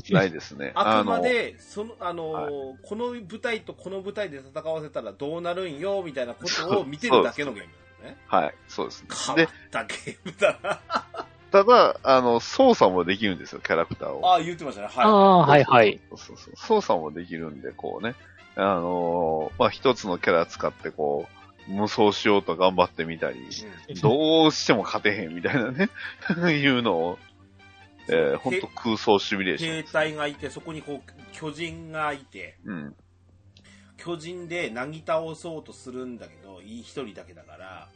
Speaker 2: じ。ゃないですね。
Speaker 1: あくま
Speaker 2: の
Speaker 1: で、その、あの、
Speaker 2: は
Speaker 1: この舞台とこの舞台で戦わせたらどうなるんよ、みたいなこと
Speaker 2: そ
Speaker 1: を
Speaker 2: う
Speaker 1: 見てるだけのゲームだよね。
Speaker 2: はい、そうです。
Speaker 1: 変
Speaker 2: で
Speaker 1: わ、ったゲームだな。
Speaker 2: ただ、あの、操作もできるんですよ、キャラクターを。
Speaker 1: ああ、言ってましたね。
Speaker 3: あ
Speaker 1: は
Speaker 3: あ、はいはい。
Speaker 2: そうそうそう操作もできるんで、こうね。あのーまあ、一つのキャラ使って、こう、無双しようと頑張ってみたり、
Speaker 1: い。うん
Speaker 2: どうしても勝てへんみたいなね、 *laughs* いうのを、えー、ほんと空想シミュレーション
Speaker 1: 兵
Speaker 2: です。
Speaker 1: 隊がいて、そこにこう、巨人がいて、
Speaker 2: うん。
Speaker 1: 巨人でなぎ倒そうとするんだけど、いい一人だけだから、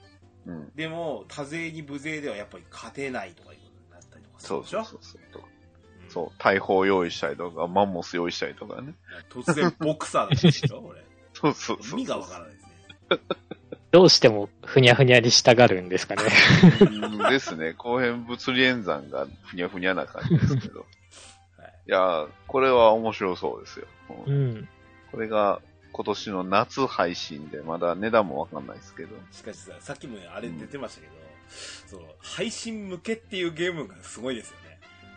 Speaker 2: うん。
Speaker 1: でも、多勢に無勢ではやっぱり勝てないとかいうことになったりとかす
Speaker 2: そ
Speaker 1: る
Speaker 2: う
Speaker 1: でし
Speaker 2: そ
Speaker 1: ょ
Speaker 2: うそうそう。
Speaker 1: うん
Speaker 2: そう、大砲用意したりとか、マンモス用意したりとかね。
Speaker 1: 突然ボクサーだったでしょ、俺。
Speaker 2: そうそうそうそう。
Speaker 1: 意味がわからないですね。
Speaker 3: どうしてもふにゃふにゃに従うんですかね。
Speaker 2: うんですね。後編物理演算がふにゃふにゃな感じですけど。いやー、これは面白そうですよ。う
Speaker 3: うんん。
Speaker 2: これが今年の夏配信で、まだ値段もわかんないですけど。
Speaker 1: しかしさ、さっきもあれ出てましたけど、その、配信向けっていうゲームがすごいです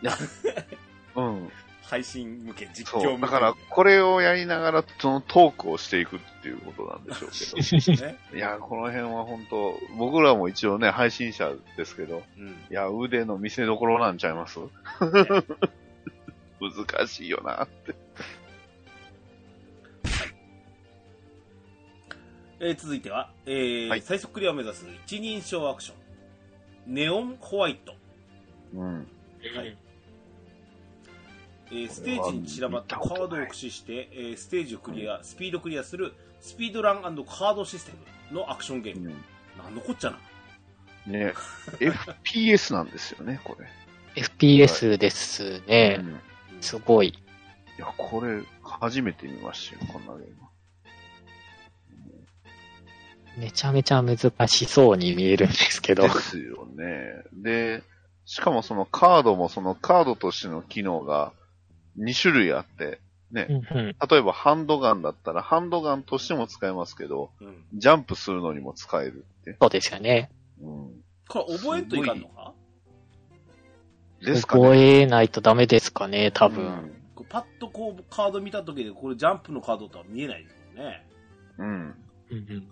Speaker 1: よね。
Speaker 2: うん。
Speaker 1: 配信向け、実況向
Speaker 2: そ
Speaker 1: け。
Speaker 2: う。だから、これをやりながら、そのトークをしていくっていうことなんでしょう
Speaker 1: *laughs*
Speaker 2: け
Speaker 1: ね。
Speaker 2: ど。いやー、この辺は本当僕らも一応ね、配信者ですけど、
Speaker 1: うん。
Speaker 2: いや、腕の見せどころなんちゃいます *laughs* 難しいよなって。
Speaker 1: えー続いては、えー
Speaker 2: はい
Speaker 1: 最速クリアを目指す一人称アクション、ネオンホワイト。
Speaker 2: うん。
Speaker 1: はいえーステージに散らばったカードを駆使して、えーステージをクリア、スピードクリアする、スピードランカードシステムのアクションゲ
Speaker 2: う
Speaker 1: ーム。
Speaker 2: ん
Speaker 1: なんのこっちゃな。
Speaker 2: ね、FPS なんですよね、これ。
Speaker 3: FPS ですね。
Speaker 2: うんい
Speaker 3: すごい。
Speaker 2: や、これ、初めて見ましたよ、こんなゲーム。
Speaker 3: めちゃめちゃ難しそうに見えるんですけど
Speaker 2: で。すよね。で、しかもそのカードもそのカードとしての機能が2種類あって、
Speaker 3: うんうん
Speaker 2: 例えばハンドガンだったらハンドガンとしても使えますけど、
Speaker 1: うん。
Speaker 2: ジャンプするのにも使えるって。
Speaker 3: そうですよね。
Speaker 2: うん。
Speaker 1: これ覚えんといかんのか
Speaker 2: ですかね。
Speaker 3: 覚えないとダメですかね、多
Speaker 2: う
Speaker 3: 分。
Speaker 2: ん。
Speaker 1: こうパッとこうカード見た時で、これジャンプのカードとは見えないですもんね。
Speaker 2: うん。
Speaker 3: うん
Speaker 1: うん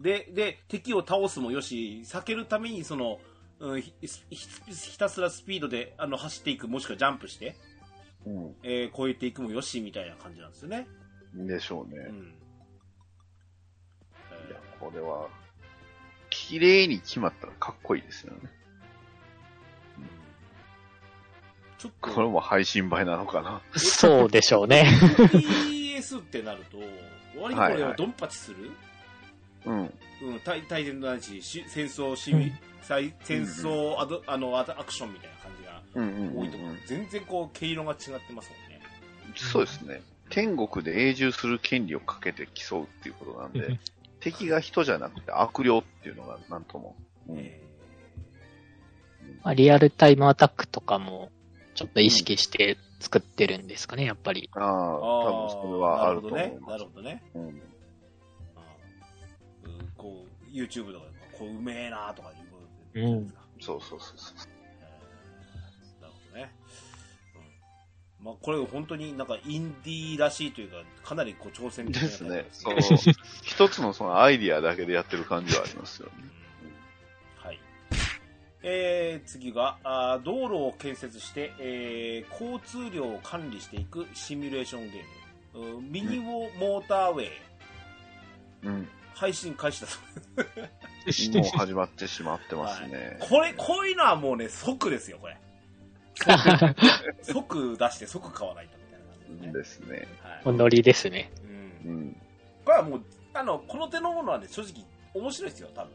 Speaker 1: で、で、敵を倒すもよし、避けるためにその、うん、ひひひひたすらスピードであの走っていく、もしくはジャンプして、
Speaker 2: う
Speaker 1: えー越えていくもよし、みたいな感じなんですよね。
Speaker 2: ん。でしょう
Speaker 1: う
Speaker 2: ね。
Speaker 1: ん。
Speaker 2: いや
Speaker 1: え、
Speaker 2: これは、綺麗に決まったらかっこいいですよね。
Speaker 1: ーうんちょっと、
Speaker 2: これも配信映えなのかな。
Speaker 3: うんそうでしょうね。
Speaker 1: FPS ってなると、割とこ
Speaker 2: はい
Speaker 1: れ
Speaker 2: は
Speaker 1: はいドンパチする、
Speaker 2: うん。
Speaker 1: うん、大大変ないし、し戦争シミ、再戦争アド、あの、アドアクションみたいな感じが
Speaker 2: うんうんうん
Speaker 1: 多
Speaker 2: う
Speaker 1: いと思う。
Speaker 2: ん。
Speaker 1: 全然こう、毛色が違ってますもんね。
Speaker 2: そうですね。天国で永住する権利をかけて競うっていうことなん
Speaker 3: う
Speaker 2: で
Speaker 3: ん、
Speaker 2: 敵が人じゃなくて悪霊っていうのがなんとも。うん
Speaker 1: え
Speaker 3: *laughs* まあリアルタイムアタックとかも、ちょっと意識して作ってるんですかね、やっぱり。
Speaker 2: あ
Speaker 1: ー
Speaker 2: あ、多分それはあると思い
Speaker 1: な
Speaker 2: ま
Speaker 1: る
Speaker 2: す。
Speaker 1: ほどね。
Speaker 2: うん
Speaker 1: なるほどね。うん、こう、YouTube とかで、こう、うめえなとかいうこと
Speaker 3: うん
Speaker 1: ですか。
Speaker 2: そうそうそうそう。
Speaker 1: えーなるほどね。うんまあ、これ本当になんかインディーらしいというか、かなりこう挑戦的
Speaker 2: で
Speaker 1: な
Speaker 2: すね。その
Speaker 1: タイプですね
Speaker 2: 一つのそのアイディアだけでやってる感じはありますよね。
Speaker 1: うんはい。えー、次があー、道路を建設して、えー交通量を管理していくシミュレーションゲーム。うんミニウォーモーターウェイ。
Speaker 2: うん。
Speaker 1: 配信開始だそう
Speaker 2: もう始まってしまってます
Speaker 1: *laughs*
Speaker 2: ね。
Speaker 1: これ、こういうのはもうね、即ですよ、これ。即出して即買わないとみたいな感じでね。
Speaker 2: ですね。
Speaker 1: はい
Speaker 3: *laughs* おノリですね。
Speaker 1: うん
Speaker 2: うん。
Speaker 1: これはもう、あの、この手のものはね、正直面白いですよ、多分。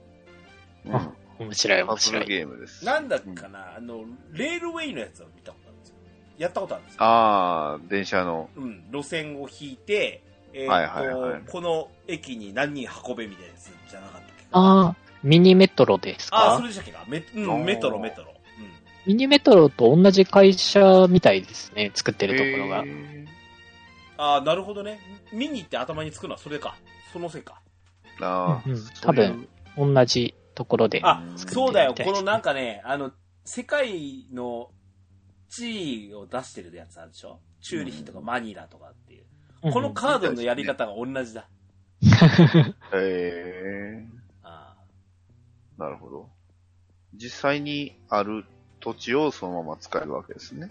Speaker 2: うん
Speaker 3: あ面白い、面
Speaker 2: パズ
Speaker 3: 白
Speaker 2: ル
Speaker 3: い。
Speaker 2: ゲームです。
Speaker 1: なんだっけかな、あの、レールウェイのやつを見たことあるんですよ。やったことあるんですよ。
Speaker 2: ああ、電車の。
Speaker 1: うん、路線を引いて、えーと
Speaker 2: はいはいはい
Speaker 1: この駅に何人運べみたいなやつじゃなかったっけ
Speaker 3: ああ、ミニメトロです
Speaker 1: あーそ
Speaker 3: か
Speaker 1: れでしたっけかメ,、う
Speaker 2: あー
Speaker 1: ん、メトロメトロ。うん
Speaker 3: ミニメトロと同じ会社みたいですね、作ってるところが
Speaker 2: へ。ー
Speaker 1: ああ、なるほどね。見に行って頭につくのはそれか。そのせいか。
Speaker 2: あ
Speaker 3: うんうん
Speaker 2: あ、
Speaker 3: 多分同じところで。
Speaker 1: あ
Speaker 2: う、ん
Speaker 1: そうだよ。
Speaker 3: 作っ
Speaker 1: こ
Speaker 3: てみたいですね
Speaker 1: のなんかね、あの、世界の地位を出してるやつあるでしょチューリヒとかマニラとかっていう。このカードのやり方が同じだ。
Speaker 2: そういうへ
Speaker 1: あー
Speaker 2: ーなるほど。実際にある土地をそのまま使えるわけですね。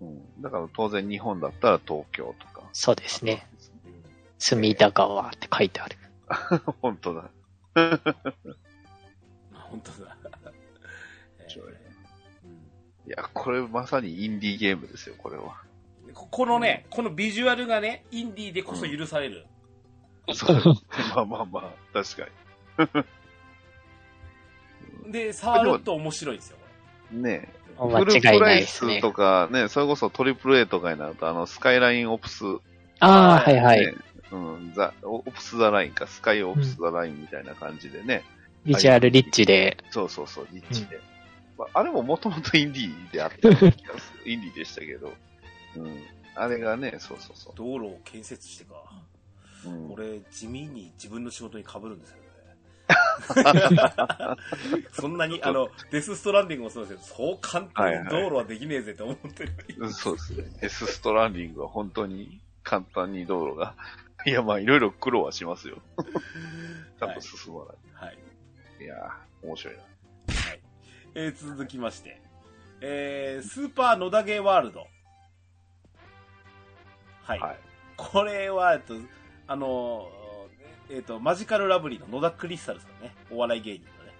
Speaker 3: うん
Speaker 2: うん。だから当然日本だったら東京とか。
Speaker 3: *laughs* そうですね。隅田川って書いてある。
Speaker 2: *laughs* 本当だ。
Speaker 1: まあ本当
Speaker 3: *laughs*
Speaker 1: だ。えー
Speaker 2: 面白いね
Speaker 1: うん
Speaker 2: いや、これまさにインディーゲームですよ、これ
Speaker 3: *laughs*
Speaker 2: は。
Speaker 1: ここのね、このビジュアルがね、インディーでこそ許される。
Speaker 2: そうですね。まあまあまあ、確か
Speaker 1: で、触ると面白いんですよ、こ
Speaker 2: に。ねえ。
Speaker 3: 間違いないです
Speaker 2: フルプレイス。
Speaker 3: ね
Speaker 2: とか、ね、それこそトリプル A とかになると、あの、スカイラインオプス、ね、
Speaker 3: ああ、はいはい。
Speaker 2: うん、ザ、オプスザラインか、スカイオプスザラインみたいな感じでね、
Speaker 3: ビジュアルリッチで、
Speaker 2: そうそうそう、リッチで。まあ、あれももともとインディーであったような気がするインディーでしたけど、うん。あれがね、そうそうそ
Speaker 1: れ。道路を建設してか。
Speaker 2: う。うん、
Speaker 1: 俺、地味に自分の仕事に被るんですよね。そんなに、あの、デスストランディングもそうですけど、そう簡単に道路はできねえぜって思ってるのに。
Speaker 2: うんそうですね。デスストランディングは本当に簡単に道路が。 *laughs* いや、まあ、いろいろ苦労はしますよ。ちゃんと進まない。
Speaker 1: はい。
Speaker 2: い、やー、面白いな。
Speaker 1: はい。えー続きまして。えー、スーパー野田ゲーワールド。はい。
Speaker 2: はい
Speaker 1: これは、えっと、あのーえっと、マジカルラブリーの野田クリスタルさんね、お笑い芸人のね、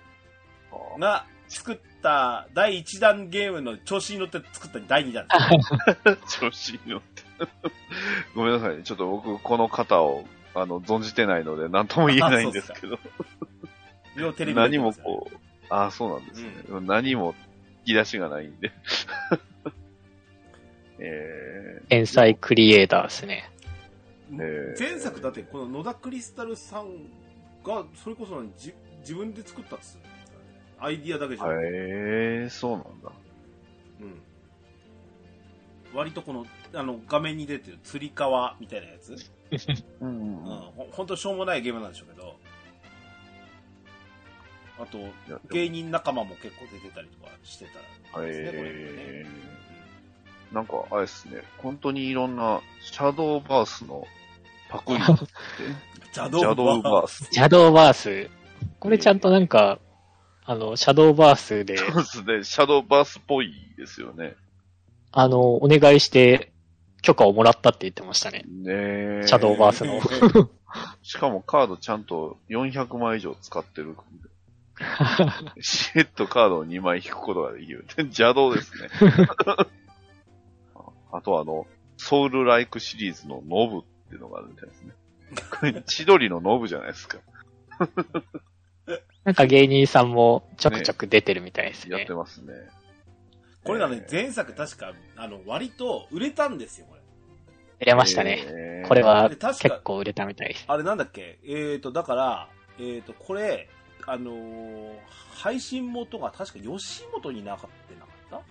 Speaker 2: あー *laughs*
Speaker 1: が作った第1弾ゲームの調子に乗って作った第2弾ですね。
Speaker 2: 調子に乗って。 *laughs* ごめんなさいね。ちょっと僕、この方を、あの、存じてないので、何とも言えないんですけど、
Speaker 1: 両テレビでやって
Speaker 2: 何
Speaker 1: ま
Speaker 2: も
Speaker 1: すよね
Speaker 2: こう、ああ、そうなんですね。何も、引き出しがないんで。 *laughs* え
Speaker 3: 天才クリエイターですね。
Speaker 2: ー、えー、
Speaker 1: 前作だってこの野田クリスタルさんがそれこそじ自分で作ったっつってたねアイディアだけじゃなくて
Speaker 2: へえー、そうなんだ。
Speaker 1: うん、割とこのあの画面に出てる釣り革みたいなやつ、
Speaker 2: う
Speaker 1: う
Speaker 2: んう
Speaker 1: ん
Speaker 2: んうん。
Speaker 1: ほほんとしょうもないゲームなんでしょうけどあと
Speaker 2: いや
Speaker 1: 芸人仲間も結構出てたりとかしてたらですね、これね
Speaker 2: えー、なんか、あれですね、本当にいろんな、シャドーバースのパクリって、
Speaker 1: 邪
Speaker 2: シャド
Speaker 1: 道
Speaker 2: ーバ
Speaker 1: バ
Speaker 2: ー
Speaker 1: ー
Speaker 2: ス。
Speaker 3: シャドーバース。これちゃんとなんか、あの、シャドーバー
Speaker 2: *laughs*
Speaker 3: スで、
Speaker 2: そうですね、シャドーバースっぽいですよね。
Speaker 3: あの、お願いして許可をもらったって言ってまし
Speaker 2: *laughs*
Speaker 3: たね。
Speaker 2: ねえ
Speaker 3: シャドーバースの。
Speaker 2: しかもカードちゃんと400枚以上使ってる。しれっとカードを2枚引くことができる。 *laughs* 邪道ですね。 *laughs* あとあの、ソウルライクシリーズのノブっていうのがあるみたいですね。これ、千鳥のノブじゃないですか。
Speaker 3: なんか芸人さんもちょくちょく出てるみたいです
Speaker 2: やっ
Speaker 3: ね
Speaker 2: て。ますね。
Speaker 1: *laughs* これがね前作確かあの割と売れたんですよこれ
Speaker 3: 売れましたね。
Speaker 2: えー
Speaker 3: これは
Speaker 1: で確か
Speaker 3: 結構売れたみたいです。
Speaker 1: あれなんだっけえーと、だから、えーと、これ、あのー配信元が確か吉本になかってなかっ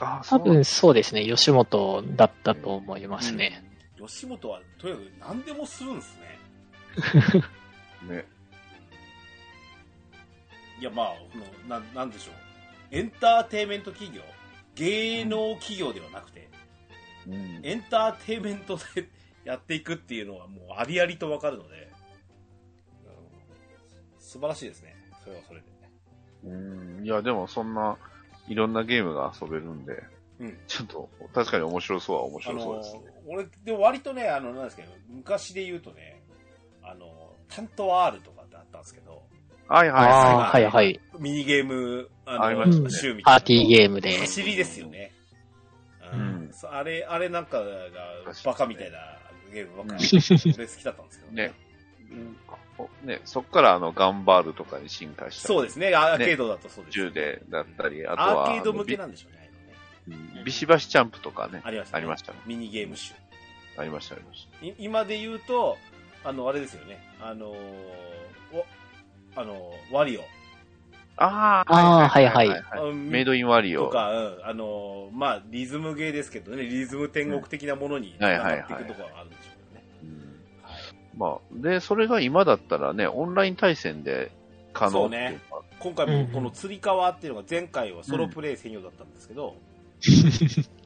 Speaker 1: た
Speaker 2: あ、そうな
Speaker 3: 多
Speaker 2: んだ
Speaker 3: 分そうですね、吉本だったと思いますね。
Speaker 1: 吉本はとにかく何でもするんですね。
Speaker 2: ね。
Speaker 1: いや、まあ、この、な、なんでしょう。エンターテインメント企業芸能企業ではなくて、
Speaker 2: うん
Speaker 1: エンターテインメントでやっていくっていうのはもうありありとわかるので、うん素晴らしいですね。それはそれで。
Speaker 2: うん。いや、でもそんな、いろんなゲームが遊べるんで、
Speaker 1: うん。
Speaker 2: ちょっと、確かに面白そうは面
Speaker 1: あ
Speaker 2: 白そう
Speaker 1: の
Speaker 2: ですね。
Speaker 1: 俺でも割とねあのなんですけど昔で言うとねあのタントワールとかってあったんですけど、
Speaker 2: はいはい
Speaker 3: あ
Speaker 2: は
Speaker 3: あ、はいはい。
Speaker 1: ミニゲーム、
Speaker 2: あ
Speaker 1: あ
Speaker 2: りま
Speaker 1: の、
Speaker 3: したね
Speaker 1: シューみたいな。
Speaker 3: パーティーゲー
Speaker 2: *laughs*
Speaker 3: ムで。
Speaker 1: 走りですよね。うん
Speaker 2: うん
Speaker 1: そうあれ、あれなんかが
Speaker 2: 確か
Speaker 1: バ
Speaker 2: に
Speaker 1: カみたいなゲームばっかり、俺好きだったんですけど
Speaker 2: い。ね。。うんこね、そっからあの、ガンバールとかに進化した。。
Speaker 1: そうですすね、アーケードだとそうです、
Speaker 2: 銃でだったり、あと
Speaker 1: ア
Speaker 2: は
Speaker 1: ーケ
Speaker 2: あ
Speaker 1: ー
Speaker 2: の、
Speaker 1: ド向けなんでしょうね、あれはね
Speaker 2: ビうんビシバシチャンプとかね。
Speaker 1: ありました、
Speaker 2: ありましたね。
Speaker 1: ミニゲーム集。
Speaker 2: ありました、ありました。
Speaker 1: い今で言うと、あの、あれですよね、あのーお、あのーワリオ。
Speaker 2: あ
Speaker 3: あ
Speaker 2: あ
Speaker 3: あ、はいはい。
Speaker 1: あの
Speaker 2: メイドインワリ
Speaker 1: と
Speaker 2: オ。
Speaker 1: か、うん、あのーまあ、リズムゲーですけどね、リズム天国的なものに
Speaker 2: うんは
Speaker 1: ない
Speaker 2: はいはい
Speaker 1: っていくところがあるんでしょうけどね。
Speaker 2: うん
Speaker 1: はい
Speaker 2: まあ、で、それが今だったらね、オンライン対戦で可能っていうのは
Speaker 1: 今回もこのつり革っていうのが前回はソロプレイ専用だったんですけど、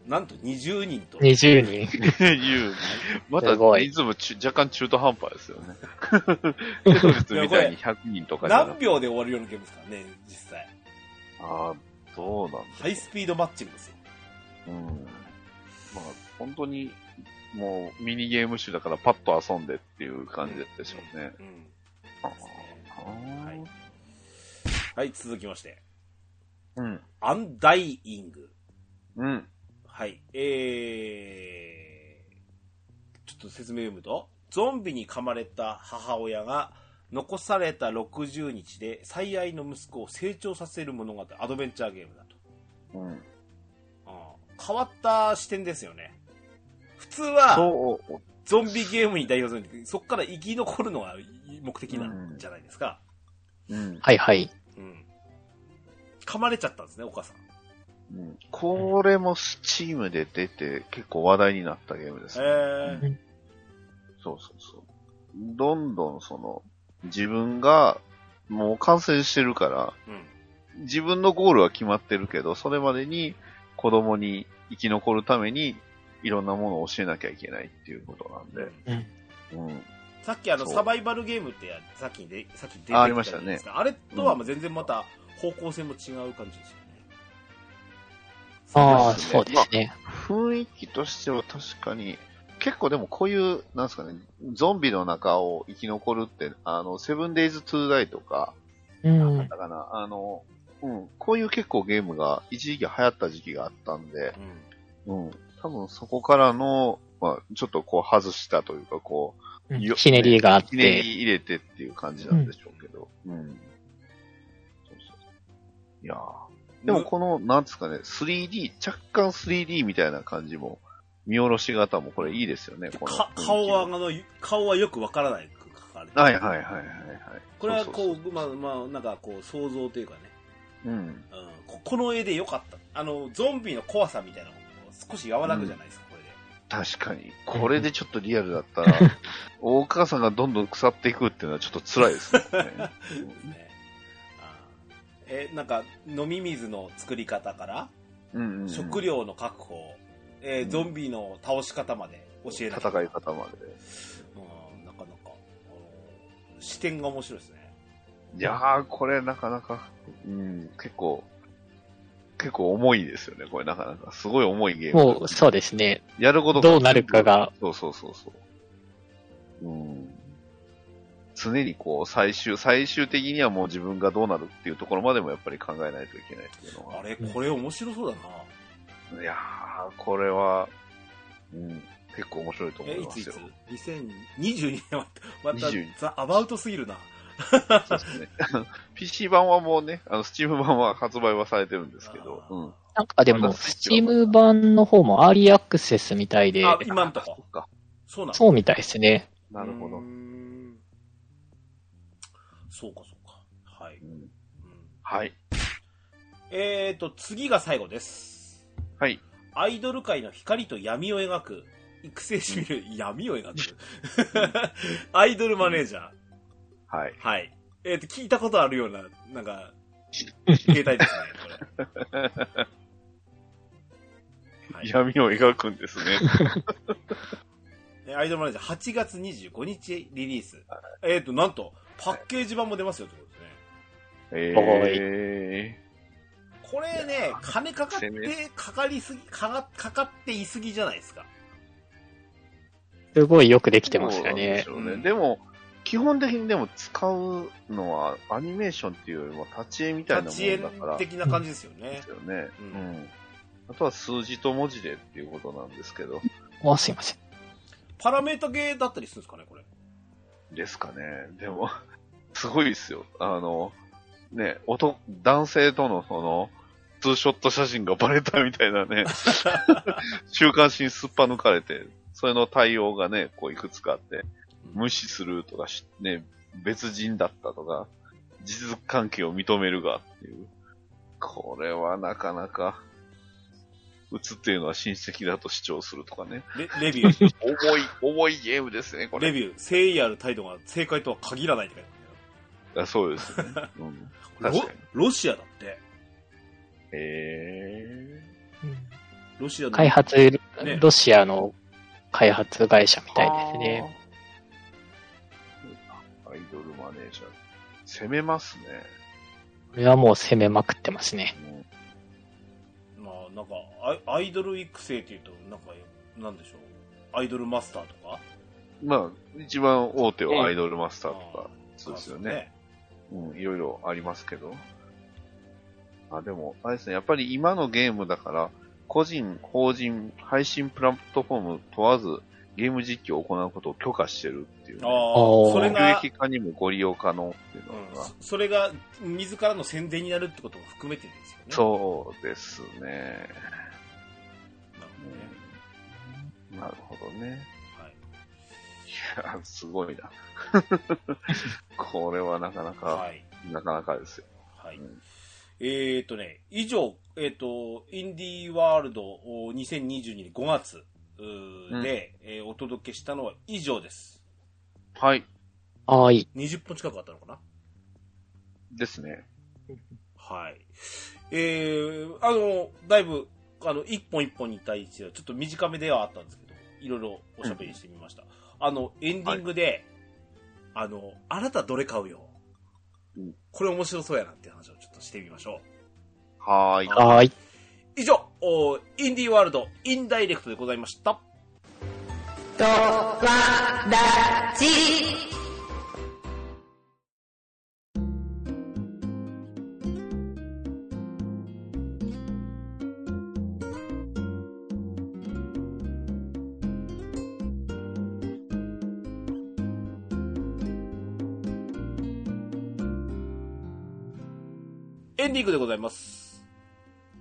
Speaker 1: なんと20人と
Speaker 3: 20人。
Speaker 2: いう、また
Speaker 3: すごい
Speaker 2: リズム中若干中途半端ですよ
Speaker 3: *laughs*
Speaker 2: ね。テトリスみたいに100人とかじゃな
Speaker 1: 何
Speaker 2: くて。
Speaker 1: 秒で終わるようなゲームですからね実際
Speaker 2: ああ、どうなんだ。
Speaker 1: ハイスピードマッチングですよ
Speaker 2: うん。まあ、本当に、もうミニゲーム集だからパッと遊んでっていう感じでしょうね。
Speaker 1: うんうん
Speaker 2: あ
Speaker 1: ですね
Speaker 2: ー
Speaker 1: はいはい続きまして
Speaker 2: うん。
Speaker 1: アンダイイング
Speaker 2: うん。
Speaker 1: はいえー、ちょっと説明読むとゾンビに噛まれた母親が残された60日で最愛の息子を成長させる物語アドベンチャーゲームだと
Speaker 2: うん。
Speaker 1: うん変わった視点ですよね。普通は、
Speaker 2: そう、
Speaker 1: ゾンビゲームに代表するにそこから生き残るのが目的なんじゃないですか。
Speaker 2: うん。
Speaker 3: はいはい。
Speaker 1: うん。噛まれちゃったんですね、お母さん。
Speaker 2: うんこれもスチームで出て結構話題になったゲームです、ね
Speaker 1: えー、
Speaker 2: そうそうそう。どんどんその、自分がもう完成してるから、
Speaker 1: うん。
Speaker 2: 自分のゴールは決まってるけど、それまでに子供に生き残るためにいろんなものを教えなきゃいけないっていうことなんで。うん。
Speaker 1: さっきあの、
Speaker 2: そう
Speaker 1: サバイバルゲームってや、さっきで、さっき出てきた
Speaker 2: あありましたね
Speaker 1: じゃないですかあれとはまあ全然また方向性も違う感じですよね。
Speaker 3: あ
Speaker 2: あ
Speaker 3: あ、
Speaker 2: ー
Speaker 3: そうですね。
Speaker 2: 雰囲気としては確かに、結構でもこういう、なんですかね、ゾンビの中を生き残るって、あの、セブンデイズ・トゥ・ダイとか、
Speaker 3: う
Speaker 2: だっ
Speaker 3: ん。
Speaker 2: たかな、あの、うん、こういう結構ゲームが一時期流行った時期があったんで、うん、多分そこからの、まあ、ちょっとこう外したというか、こよ
Speaker 3: ひねりがあっ
Speaker 2: う、ひね
Speaker 3: て。
Speaker 2: り入れてっていう感じなんでしょうけど、うん。そうそういやーでもこの、なんですかね、3D、若干 3D みたいな感じも、見下ろし型もこれいいですよね、この
Speaker 1: か
Speaker 2: 雰囲気。
Speaker 1: 顔は、あの、顔はよくわからないく書かれてる
Speaker 2: はいはいはいはいはい。
Speaker 1: これはこう、
Speaker 2: そそ
Speaker 1: まあまあ、なんかこう、想像というかね。
Speaker 2: そうん。
Speaker 1: うんここの絵で良かったあのゾンビの怖さみたいなのも少し和らぐじゃないですか、これで
Speaker 2: 確かに。これでちょっとリアルだった *laughs* ら、大川さんがどんどん腐っていくっていうのはちょっと辛いですね。
Speaker 1: *laughs* ねあーえなんか飲み水の作り方から、
Speaker 2: うんうんうん
Speaker 1: 食料の確保、えー
Speaker 2: うん
Speaker 1: ゾンビの倒し方まで教えなきゃ
Speaker 2: 戦い方まで。
Speaker 1: うん、なかなか、あの視点が面白いですね
Speaker 2: いやー、これなかなか、うん、結構、結構重いですよね、これなかなか。すごい重いゲーム。
Speaker 3: もう、そうですね。
Speaker 2: やることが
Speaker 3: どうなるかが。
Speaker 2: そうそうそうそう。うん。常にこう、最終、最終的にはもう自分がどうなるっていうところまでもやっぱり考えないといけないっていうのは
Speaker 1: あ。れこれ面白そうだな、
Speaker 2: いやー、これは、うん、結構面白いと思
Speaker 1: え
Speaker 2: い
Speaker 1: い
Speaker 2: ま
Speaker 1: つ
Speaker 2: す
Speaker 1: い
Speaker 2: よ
Speaker 1: つ。2022年は *laughs* また
Speaker 2: 22
Speaker 1: ザ・アバウトすぎるな
Speaker 2: そうですね *laughs* PC 版はもうね、あの、Steam 版は発売はされてるんですけど、
Speaker 1: あー
Speaker 2: うん。
Speaker 3: なんかで
Speaker 2: ま
Speaker 3: も、
Speaker 2: だ
Speaker 3: ス
Speaker 2: ス
Speaker 3: チ
Speaker 2: イ
Speaker 3: ー
Speaker 2: ッチは
Speaker 3: ム版の方もアーリーアクセスみたいで、
Speaker 1: あ今んと
Speaker 2: そ
Speaker 1: こ
Speaker 2: っか。
Speaker 1: そうなんだ
Speaker 3: そうみたいですね。
Speaker 2: なるほど
Speaker 1: うー。んそうか、そうか。はい。う
Speaker 2: うんんはい。
Speaker 1: えーと、次が最後です。
Speaker 2: はい。
Speaker 1: アイドル界の光と闇を描く、育成しみる、闇を描く。アイドルマネージャー。
Speaker 2: はい。
Speaker 1: はい。えーと、聞いたことあるような、なんか、携帯ですね、これ。はい
Speaker 2: 闇を描くんです *laughs* ね。
Speaker 1: えーアイドルマネージャー8月25日リリース。えーと、なんと、パッケージ版も出ますよってことですね。
Speaker 2: え
Speaker 1: これ
Speaker 2: い
Speaker 1: ね
Speaker 2: や、
Speaker 1: 金かかって
Speaker 2: 攻め、
Speaker 1: かかりすぎ、かか、かかっていすぎじゃないですか。
Speaker 3: すごいよくで
Speaker 2: ー。
Speaker 3: きてますよね。
Speaker 2: そうなんでしょう
Speaker 1: うん
Speaker 2: でも、基本的にでも使うのはアニメーションっていうよりも立ち絵みたいなも
Speaker 1: 立ち絵
Speaker 2: んだから。
Speaker 1: 的な感じですよね
Speaker 2: です。よね。
Speaker 1: う
Speaker 2: うんん。あとは数字と文字でっていうことなんですけど。
Speaker 3: お、すいません。
Speaker 1: パラメータ系だったりするんですかね、これ。
Speaker 2: ですかね。でも、 *laughs* すごいですよ。あの、ね、男、男性とのその、ツーショット写真がバレたみたい
Speaker 1: *laughs*
Speaker 2: なね、週刊誌にすっぱ抜かれて、それの対応がね、こういくつかあって、無視するとかし、ね、別人だったとか、事実関係を認めるがっていう。これはなかなか、写っているのは親戚だと主張するとか
Speaker 1: *laughs*
Speaker 2: ね。
Speaker 1: レレビュー、
Speaker 2: 重い、重いゲームです *laughs* ね、これ。
Speaker 1: レビュー、誠意ある態度が正解とは限らないって書いて
Speaker 2: あそうですね。うん、
Speaker 1: ある
Speaker 2: 確かに。
Speaker 1: ロロシアだって。
Speaker 2: え
Speaker 1: ロシアの
Speaker 3: 開発、
Speaker 1: ね
Speaker 3: ロシアの開発会社みたいですね。
Speaker 2: アイドルマネージャー。攻めますね。
Speaker 3: これはもう攻めまくってますね。
Speaker 2: うん
Speaker 1: まあ、なんかアイ、アイドル育成っていうと、なんか、なんでしょう。アイドルマスターとか。
Speaker 2: まあ、一番大手はアイドルマスターとか、そうですよね。。うん、いろいろありますけど。あ、でも、あれですね、やっぱり今のゲームだから、個人、法人、配信プラットフォーム問わず、ゲーム実況を行うことを許可してるっていう、
Speaker 1: あ
Speaker 2: ね。
Speaker 1: あ、
Speaker 3: ー
Speaker 1: それ
Speaker 2: 収
Speaker 1: が、
Speaker 2: 益化にもご利用可能っていうの
Speaker 1: うん
Speaker 2: が、
Speaker 1: そそれが、自らの宣伝になるってことも含めてですよね。
Speaker 2: そうですね。
Speaker 1: なるほどね。
Speaker 2: うんなるほどね。
Speaker 1: はい。
Speaker 2: いや、 *laughs* すごいな。
Speaker 1: *laughs*
Speaker 2: これはなかなか、
Speaker 1: はい。
Speaker 2: なかなかですよ。
Speaker 1: はい
Speaker 2: うん。
Speaker 1: えっ、とね、以上、えっ、と、インディーワールドお2022年5月うー
Speaker 2: うん
Speaker 1: で、えーお届けしたのは以上です。
Speaker 2: はい。
Speaker 3: ああ、いい。
Speaker 1: 20分近くあったのかな
Speaker 2: ですね。
Speaker 1: はい。えー、あの、だいぶ、あの、一本一本に対しては、ちょっと短めではあったんですけど、いろいろおしゃべりしてみました。あの、エンディングで、あの、あなたどれ買うよ
Speaker 2: うん。
Speaker 1: これ面白そうやなっていう話をちょっとしてみましょ
Speaker 2: はーい。
Speaker 3: ああ、いい。
Speaker 1: う。以上、おインディーワールド、インダイレクトでございました。
Speaker 5: ドワラジ
Speaker 1: エンディングでございます。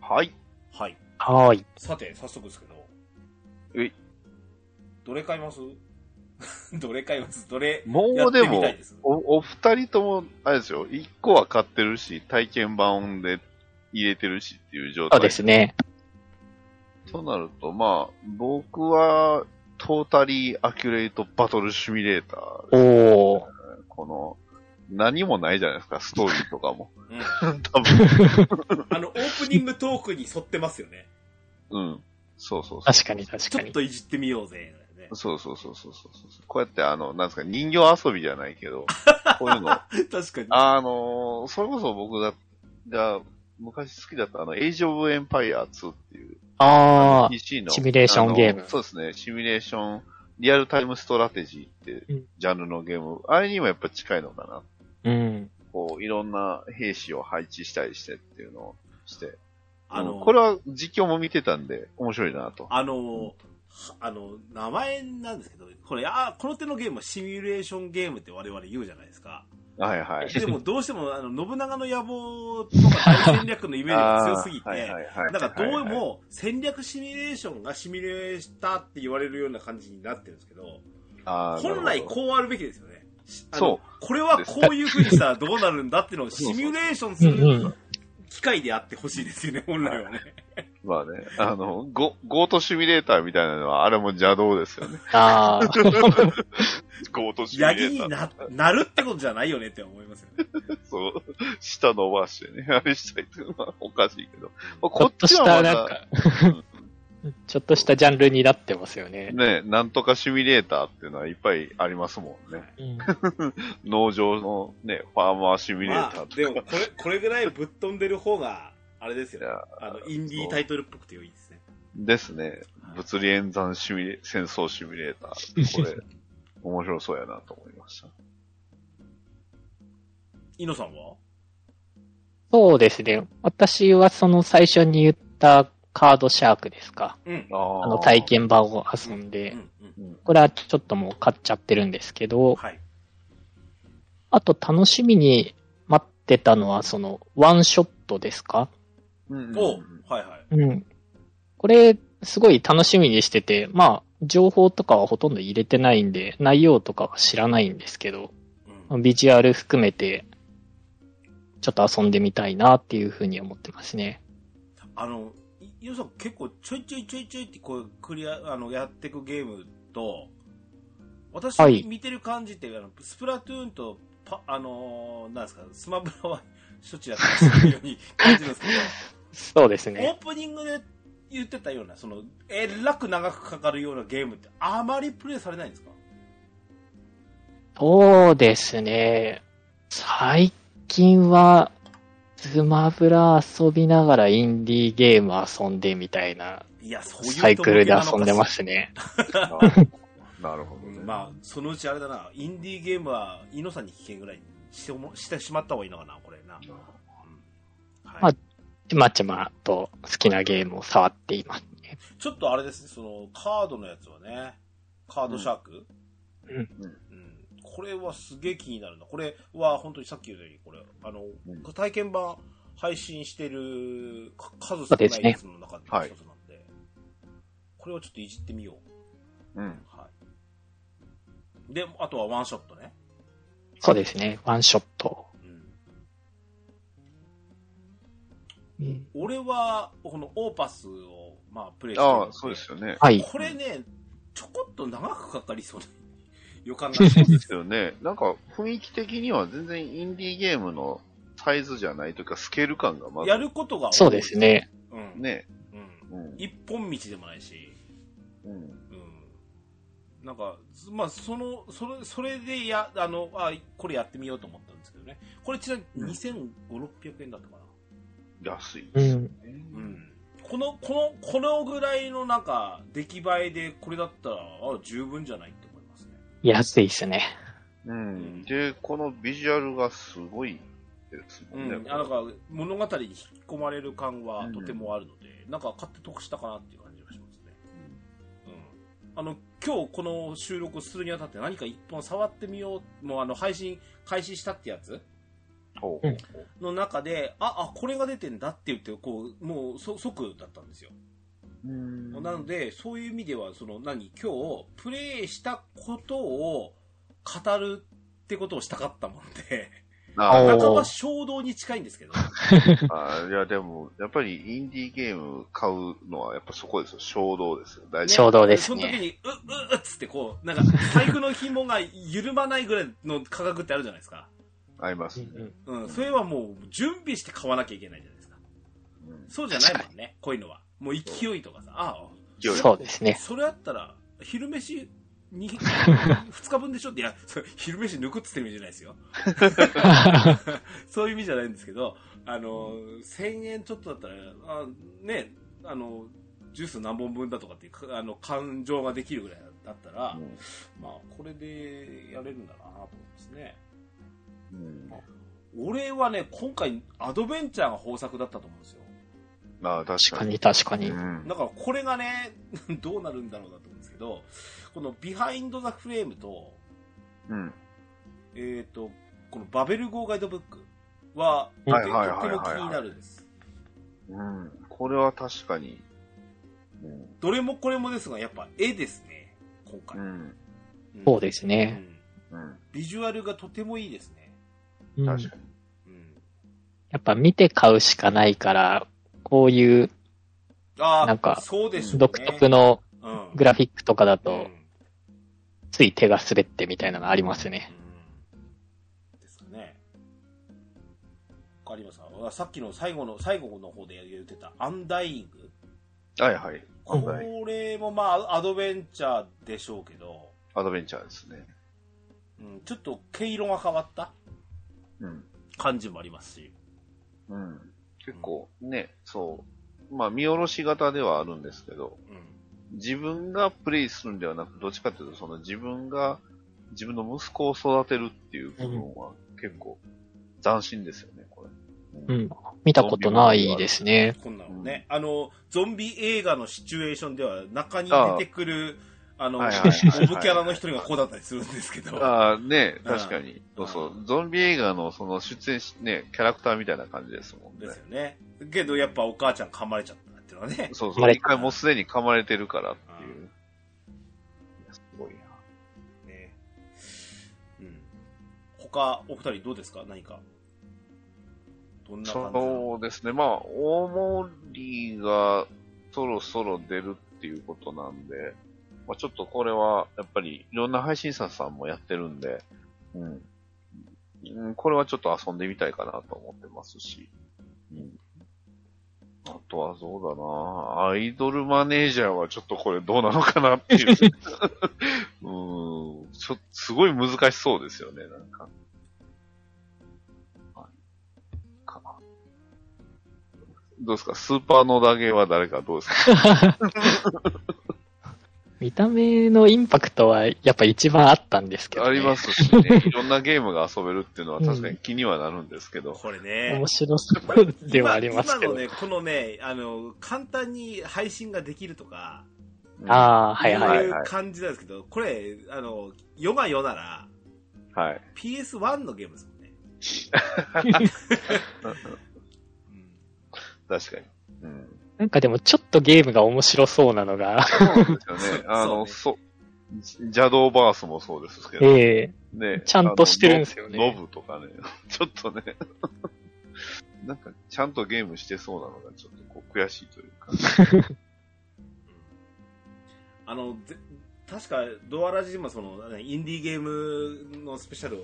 Speaker 2: はい。
Speaker 1: はい。
Speaker 3: ああ、いい。
Speaker 1: さて、早速ですけど。
Speaker 2: えい
Speaker 1: どれ買います *laughs* どれ買いますどれ、や
Speaker 2: も
Speaker 1: っ
Speaker 2: う
Speaker 1: て
Speaker 2: で
Speaker 1: み
Speaker 2: も
Speaker 1: たいです、
Speaker 2: お、お二人とも、あれですよ。一個は買ってるし、体験版で入れてるしっていう状
Speaker 3: そう
Speaker 2: 態。
Speaker 3: ですね。
Speaker 2: となると、まあ、僕は、トータリーアキュレートバトルシミュレーター
Speaker 3: お
Speaker 2: です
Speaker 3: お
Speaker 2: この、何もないじゃないですか、ストーリー
Speaker 1: *laughs*
Speaker 2: とかも。
Speaker 1: うん
Speaker 2: 多分。
Speaker 1: あの、オープニングトークに沿ってますよ
Speaker 2: *laughs*
Speaker 1: ね。
Speaker 2: うん。そうそうそう。
Speaker 3: 確かに確
Speaker 1: ち
Speaker 3: か
Speaker 1: ょっ
Speaker 3: に。
Speaker 1: といじってみようぜ。ね
Speaker 2: そうそうそうそうそうそう。こうやって、あの、なんですか、人形遊びじゃない
Speaker 1: *laughs*
Speaker 2: けど、こういうの。
Speaker 1: 確かに。
Speaker 2: あの、それこそ僕が、が昔好きだった、あの、エイジ・オブ・エンパイア2っていう、
Speaker 3: ああ、
Speaker 2: PC の。
Speaker 3: シミュレーション
Speaker 2: あの
Speaker 3: ゲーム
Speaker 2: そうですね、シミュレーション、リアルタイムストラテジーって
Speaker 3: うん、
Speaker 2: ジャンルのゲーム、あれにもやっぱ近いのかな。
Speaker 3: うん。
Speaker 2: こう、いろんな兵士を配置したりしてっていうのをして。
Speaker 1: あの、
Speaker 2: うんこれは実況も見てたんで、面白いなと。
Speaker 1: あの、はあの、名前なんですけど、これ、あーこの手のゲームはシミュレーションゲームって我々言うじゃないですか。
Speaker 2: は
Speaker 1: *laughs*
Speaker 2: いはい。
Speaker 1: でもどうしても、あの、信長の野望とか大戦略のイメージが強すぎ
Speaker 2: あーはい
Speaker 1: て
Speaker 2: は、いはい
Speaker 1: なんかどう
Speaker 2: はいはい
Speaker 1: も戦略シミュレーションがシミュレーしたって言われるような感じになってるんですけど、
Speaker 2: あー
Speaker 1: 本
Speaker 2: なる
Speaker 1: 来
Speaker 2: ほど
Speaker 1: こうあるべきですよね。しあの
Speaker 2: そう
Speaker 1: これはこういう風にしたらどうなるんだっていうのをシミュレーションす
Speaker 3: う
Speaker 1: る
Speaker 3: ん
Speaker 1: 機会であってほしいですよね、本来はね。
Speaker 2: まあね、あの、ゴゴートシミュレーターみたいなのは、あれも邪道ですよね。
Speaker 3: ああ、
Speaker 2: *laughs* ゴートシミュ
Speaker 1: ヤ
Speaker 2: レ
Speaker 1: ギ
Speaker 2: ータ
Speaker 1: に
Speaker 2: ー。
Speaker 1: な、なるってことじゃないよねって思いますよね。
Speaker 2: そう、舌伸ばしてね、あ *laughs* れしたいっていうのはおかしいけど。まあ
Speaker 3: ちょ
Speaker 2: こ
Speaker 3: っとし
Speaker 2: ま
Speaker 3: た、
Speaker 2: だ
Speaker 3: なんか、 *laughs* ちょっとしたジャンルになってますよね。
Speaker 2: ね、なんとかシミュレーターっていうのはいっぱいありますもんね。
Speaker 3: うん
Speaker 2: 農場のね、ファーマーシミュレ
Speaker 1: ま
Speaker 2: ータ
Speaker 1: あ
Speaker 2: ー、
Speaker 1: で
Speaker 2: と
Speaker 1: も
Speaker 2: か。
Speaker 1: これ、これぐらいぶっ飛んでる方が、あれですよね
Speaker 2: いや。
Speaker 1: あの、インディータイトルっぽくていいですね。
Speaker 2: ですね。物理 *laughs* 演算シミュレ、戦争シミュレーター。これ、面白そうやなと思いました。
Speaker 1: イノさんは
Speaker 3: そうですね。私はその最初に言ったカードシャークですか。
Speaker 1: うん。
Speaker 2: あ
Speaker 3: あの体験版を遊んで
Speaker 1: う、んうん
Speaker 3: これはちょっともう買っちゃってるんですけど、
Speaker 1: はい。
Speaker 3: あと楽しみに待ってたのはそのワンショットですか
Speaker 2: うん
Speaker 1: お
Speaker 2: *laughs*
Speaker 1: はいはい。
Speaker 3: うん。これ、すごい楽しみにしてて、まあ、情報とかはほとんど入れてないんで、内容とかは知らないんですけど、
Speaker 1: うん
Speaker 3: ビジュアル含めて、ちょっと遊んでみたいなっていうふうに思ってますね。
Speaker 1: あの、いイノさん結構ちょいちょいちょいちょいってこうクリア、あの、やっていくゲームと、私
Speaker 3: はい
Speaker 1: 見てる感じって、あのスプラトゥーンとパ、あのーなんですか、スマブラは処置やってるように感じるんですけ
Speaker 3: そうです *laughs*
Speaker 1: ど、オー
Speaker 3: ね。
Speaker 1: プニングで言ってたような、その、えらく長くかかるようなゲームってあまりプレイされないんですか
Speaker 3: そうですね。最近は、スマブラ遊びながらインディーゲーム遊んでみたいない
Speaker 1: や、そういう。
Speaker 3: サイクルで遊んでますすね。
Speaker 2: なるほど、
Speaker 1: う
Speaker 2: ね
Speaker 1: んまあ、そのうちあれだな、インディーゲームは、イノさんに聞けんぐらいにしてもしてしまった方がいいのかな、これな。うんはい
Speaker 3: まあちまちまと好きなゲームを触っていますね。
Speaker 1: ちょっとあれですね、その、カードのやつはね、カードシャーク、
Speaker 3: うんうん
Speaker 1: うんこれはすげえ気になるな。これは本当にさっき言ったように、これ、あの、
Speaker 2: うん
Speaker 1: 体験版配信してるか数
Speaker 3: そ
Speaker 1: 少
Speaker 3: うで
Speaker 1: な
Speaker 3: す
Speaker 1: い
Speaker 3: ね
Speaker 1: やつの中の
Speaker 2: はい
Speaker 1: 一つなんで、これをちょっといじってみよう。
Speaker 2: うん。
Speaker 1: はい。で、あとはワンショットね。
Speaker 3: そうですね。ワンショット。
Speaker 1: うん俺は、このオーパスを、まあ、プレイしてるん
Speaker 2: ああ、そうですよね。
Speaker 3: はい。
Speaker 1: これね、ちょこっと長くかかりそうな予感がし
Speaker 2: そう
Speaker 1: ま。
Speaker 2: ですすよね。なんか、雰囲気的には全然インディーゲームのサイズじゃないというか、スケール感がまず
Speaker 1: やることが多い。
Speaker 3: そうです。ね。
Speaker 1: うん。
Speaker 2: ね。
Speaker 1: うん。
Speaker 2: うん。
Speaker 1: 一本道でもないし、
Speaker 2: うん。
Speaker 1: うん。なんか、まあ、その、それ、それでや、あの、あ、これやってみようと思ったんですけどね。これちなみに2500、600円だったかな。
Speaker 2: 安い。
Speaker 3: うん。
Speaker 1: うん。この、この、このぐらいのなんか、出来栄えでこれだったら、あ、十分じゃないって思いますね。
Speaker 3: 安いですね。
Speaker 2: うん。で、このビジュアルがすごいですも
Speaker 1: うん
Speaker 2: ね。
Speaker 1: ん、あなんか物語に引き込まれる感はとてもあるので、なんか買って得したかなっていう感じがしますね。うん。あの、今日この収録をするにあたって何か一本触ってみよう、もうあの配信開始したってやつ
Speaker 2: ほ
Speaker 3: うん
Speaker 1: の中で、あ、あ、これが出てんだって言って、こう、もうそ即だったんですよ。
Speaker 2: ううん
Speaker 1: なので、そういう意味では、その何、今日プレイしたことを語るってことをしたかったもんで、
Speaker 2: あ
Speaker 3: おー
Speaker 1: 半ば衝動に近いんですけど。
Speaker 2: あいや、でも、やっぱりインディーゲーム買うのは、やっぱそこですよ。衝動ですよ。大事。
Speaker 3: 衝動です
Speaker 1: その時
Speaker 3: ね。
Speaker 1: に、う、う、うっつってこう、なんか、財布の紐が緩まないぐらいの価格ってあるじゃないですか。
Speaker 2: 合いますね。
Speaker 1: うん、それはもう、準備して買わなきゃいけないじゃないですか。
Speaker 2: うん
Speaker 1: そうじゃないもんね、こういうのは。もう勢いとかさ、あ
Speaker 2: 勢い
Speaker 3: そうです
Speaker 1: あ、
Speaker 3: ね。
Speaker 1: それだったら、昼飯
Speaker 3: *laughs*
Speaker 1: に、2日分でしょって、いや、それ昼飯抜くっつってる意味じゃないですよ。そういう意味じゃないんですけど、あの、1000円ちょっとだったら、あね、あの、ジュース何本分だとかっていうか、あの、感情ができるぐらいだったら、
Speaker 2: うん
Speaker 1: まあ、これでやれるんだなと思いますね。
Speaker 2: うん
Speaker 1: 俺はね、今回、アドベンチャーが豊作だったと思うんですよ。
Speaker 2: まあ、確
Speaker 3: 確
Speaker 2: か
Speaker 3: か
Speaker 2: に。
Speaker 3: に、確かに
Speaker 2: う。ん
Speaker 1: だから、これがね、 *laughs* どうなるんだろうなと思うんですけど、このビハインド・ザ・フレームと、
Speaker 2: うん。
Speaker 1: えっ、と、このバベル号ガイドブックは、と
Speaker 2: はい
Speaker 1: て
Speaker 2: はいはいはいはい
Speaker 1: も気になるんです。
Speaker 2: うん。これは確かに。うん。
Speaker 1: どれもこれもですが、やっぱ絵ですね、今回。
Speaker 2: うん。
Speaker 1: ん
Speaker 3: そうです
Speaker 1: う
Speaker 3: ね。
Speaker 1: ん
Speaker 2: うん。
Speaker 1: ビジュアルがとてもいいですね。
Speaker 3: うん
Speaker 2: 確か
Speaker 1: うん
Speaker 3: やっぱ見て買うしかないから、こういう
Speaker 1: あ
Speaker 3: なん
Speaker 1: あ、
Speaker 3: か
Speaker 1: そうでしょうね。
Speaker 3: 独特の
Speaker 1: うん
Speaker 3: グラフィックとかだ
Speaker 1: う
Speaker 3: と、
Speaker 1: ん
Speaker 3: つい手が滑ってみたいなのがありますね。
Speaker 1: うんですかね。わかりますかさっきの最後の、最後の方で言ってたアンダイイング。
Speaker 2: に。はいはい。
Speaker 1: こ
Speaker 2: はい
Speaker 1: れもまあ、アドベンチャーでしょうけど、
Speaker 2: アドベンチャーですね。
Speaker 1: うん、ちょっと毛色が変わった
Speaker 2: うん。
Speaker 1: 感じもありますし。
Speaker 2: うん。結構、ね、そう。まあ、見下ろし型ではあるんですけど、
Speaker 1: うん。
Speaker 2: 自分がプレイするんではなく、どっちかというと、その自分が、自分の息子を育てるっていう部分は結構、斬新ですよね、これ。
Speaker 3: うん。見たことないですね。
Speaker 1: こんなのね。あの、ゾンビ映画のシチュエーションでは中に出てくる、あの、モ
Speaker 2: はいはいはいはい
Speaker 1: ブキャラの一人がこうだったりするんですけど。
Speaker 2: ああ、ね
Speaker 1: うん
Speaker 2: 確かに。そうそうう。ゾンビ映画のその出演し、ね、キャラクターみたいな感じですもんね
Speaker 1: です。よね。けどやっぱお母ちゃん噛まれちゃったっていうのはね。
Speaker 2: そう
Speaker 3: 噛
Speaker 2: そ
Speaker 3: ま
Speaker 2: う。
Speaker 3: れ
Speaker 2: 一回もうすでに噛まれてるからっていう。いやすごいな。
Speaker 1: ねうん。他、お二人どうですか何か。どんな感じなの
Speaker 2: そうですね。まあ、大森がそろそろ出るっていうことなんで、まあ、ちょっとこれは、やっぱり、いろんな配信者さんもやってるんで、うん。うんこれはちょっと遊んでみたいかなと思ってますし。うん。あとはそうだなアイドルマネージャーはちょっとこれどうなのかなっ
Speaker 1: *laughs*
Speaker 2: ていう。うん。ちょ、すごい難しそうですよね、なんか。はいかなどうですかスーパーのダゲーは誰かどうですか
Speaker 3: 見た目のインパクトはやっぱ一番あったんですけど、ね。。
Speaker 2: ありますすしね。いろんなゲームが遊べるっていうのは確かに気にはなるんですけど。
Speaker 1: これね
Speaker 3: 面。白そうではありますけ
Speaker 1: 今
Speaker 3: ど。
Speaker 1: 今のね、このね、あの、簡単に配信ができるとか、
Speaker 2: あ。
Speaker 3: ああ、はいはい。
Speaker 1: い。
Speaker 2: い
Speaker 1: う感じなんですけど、これ、あの、世が世なら、
Speaker 2: はい。
Speaker 1: PS1 のゲームですもんね。うん。
Speaker 2: 確かに。うん。
Speaker 3: なんかでもちょっとゲームが面白そうなのが、
Speaker 2: そうですよねあの、
Speaker 1: そ
Speaker 2: そ、邪道バースもそうですけど。
Speaker 3: ええ
Speaker 2: ね。
Speaker 3: ちゃんとしてるんですよね
Speaker 2: あのノブとかね。 *laughs* ちょっとね。 *laughs* なんか、ちゃんとゲームしてそうなのが、ちょっとこう、悔しいというか。
Speaker 1: あの、ぜ確か、ドアラジでもその、ねインディーゲームのスペシャルをん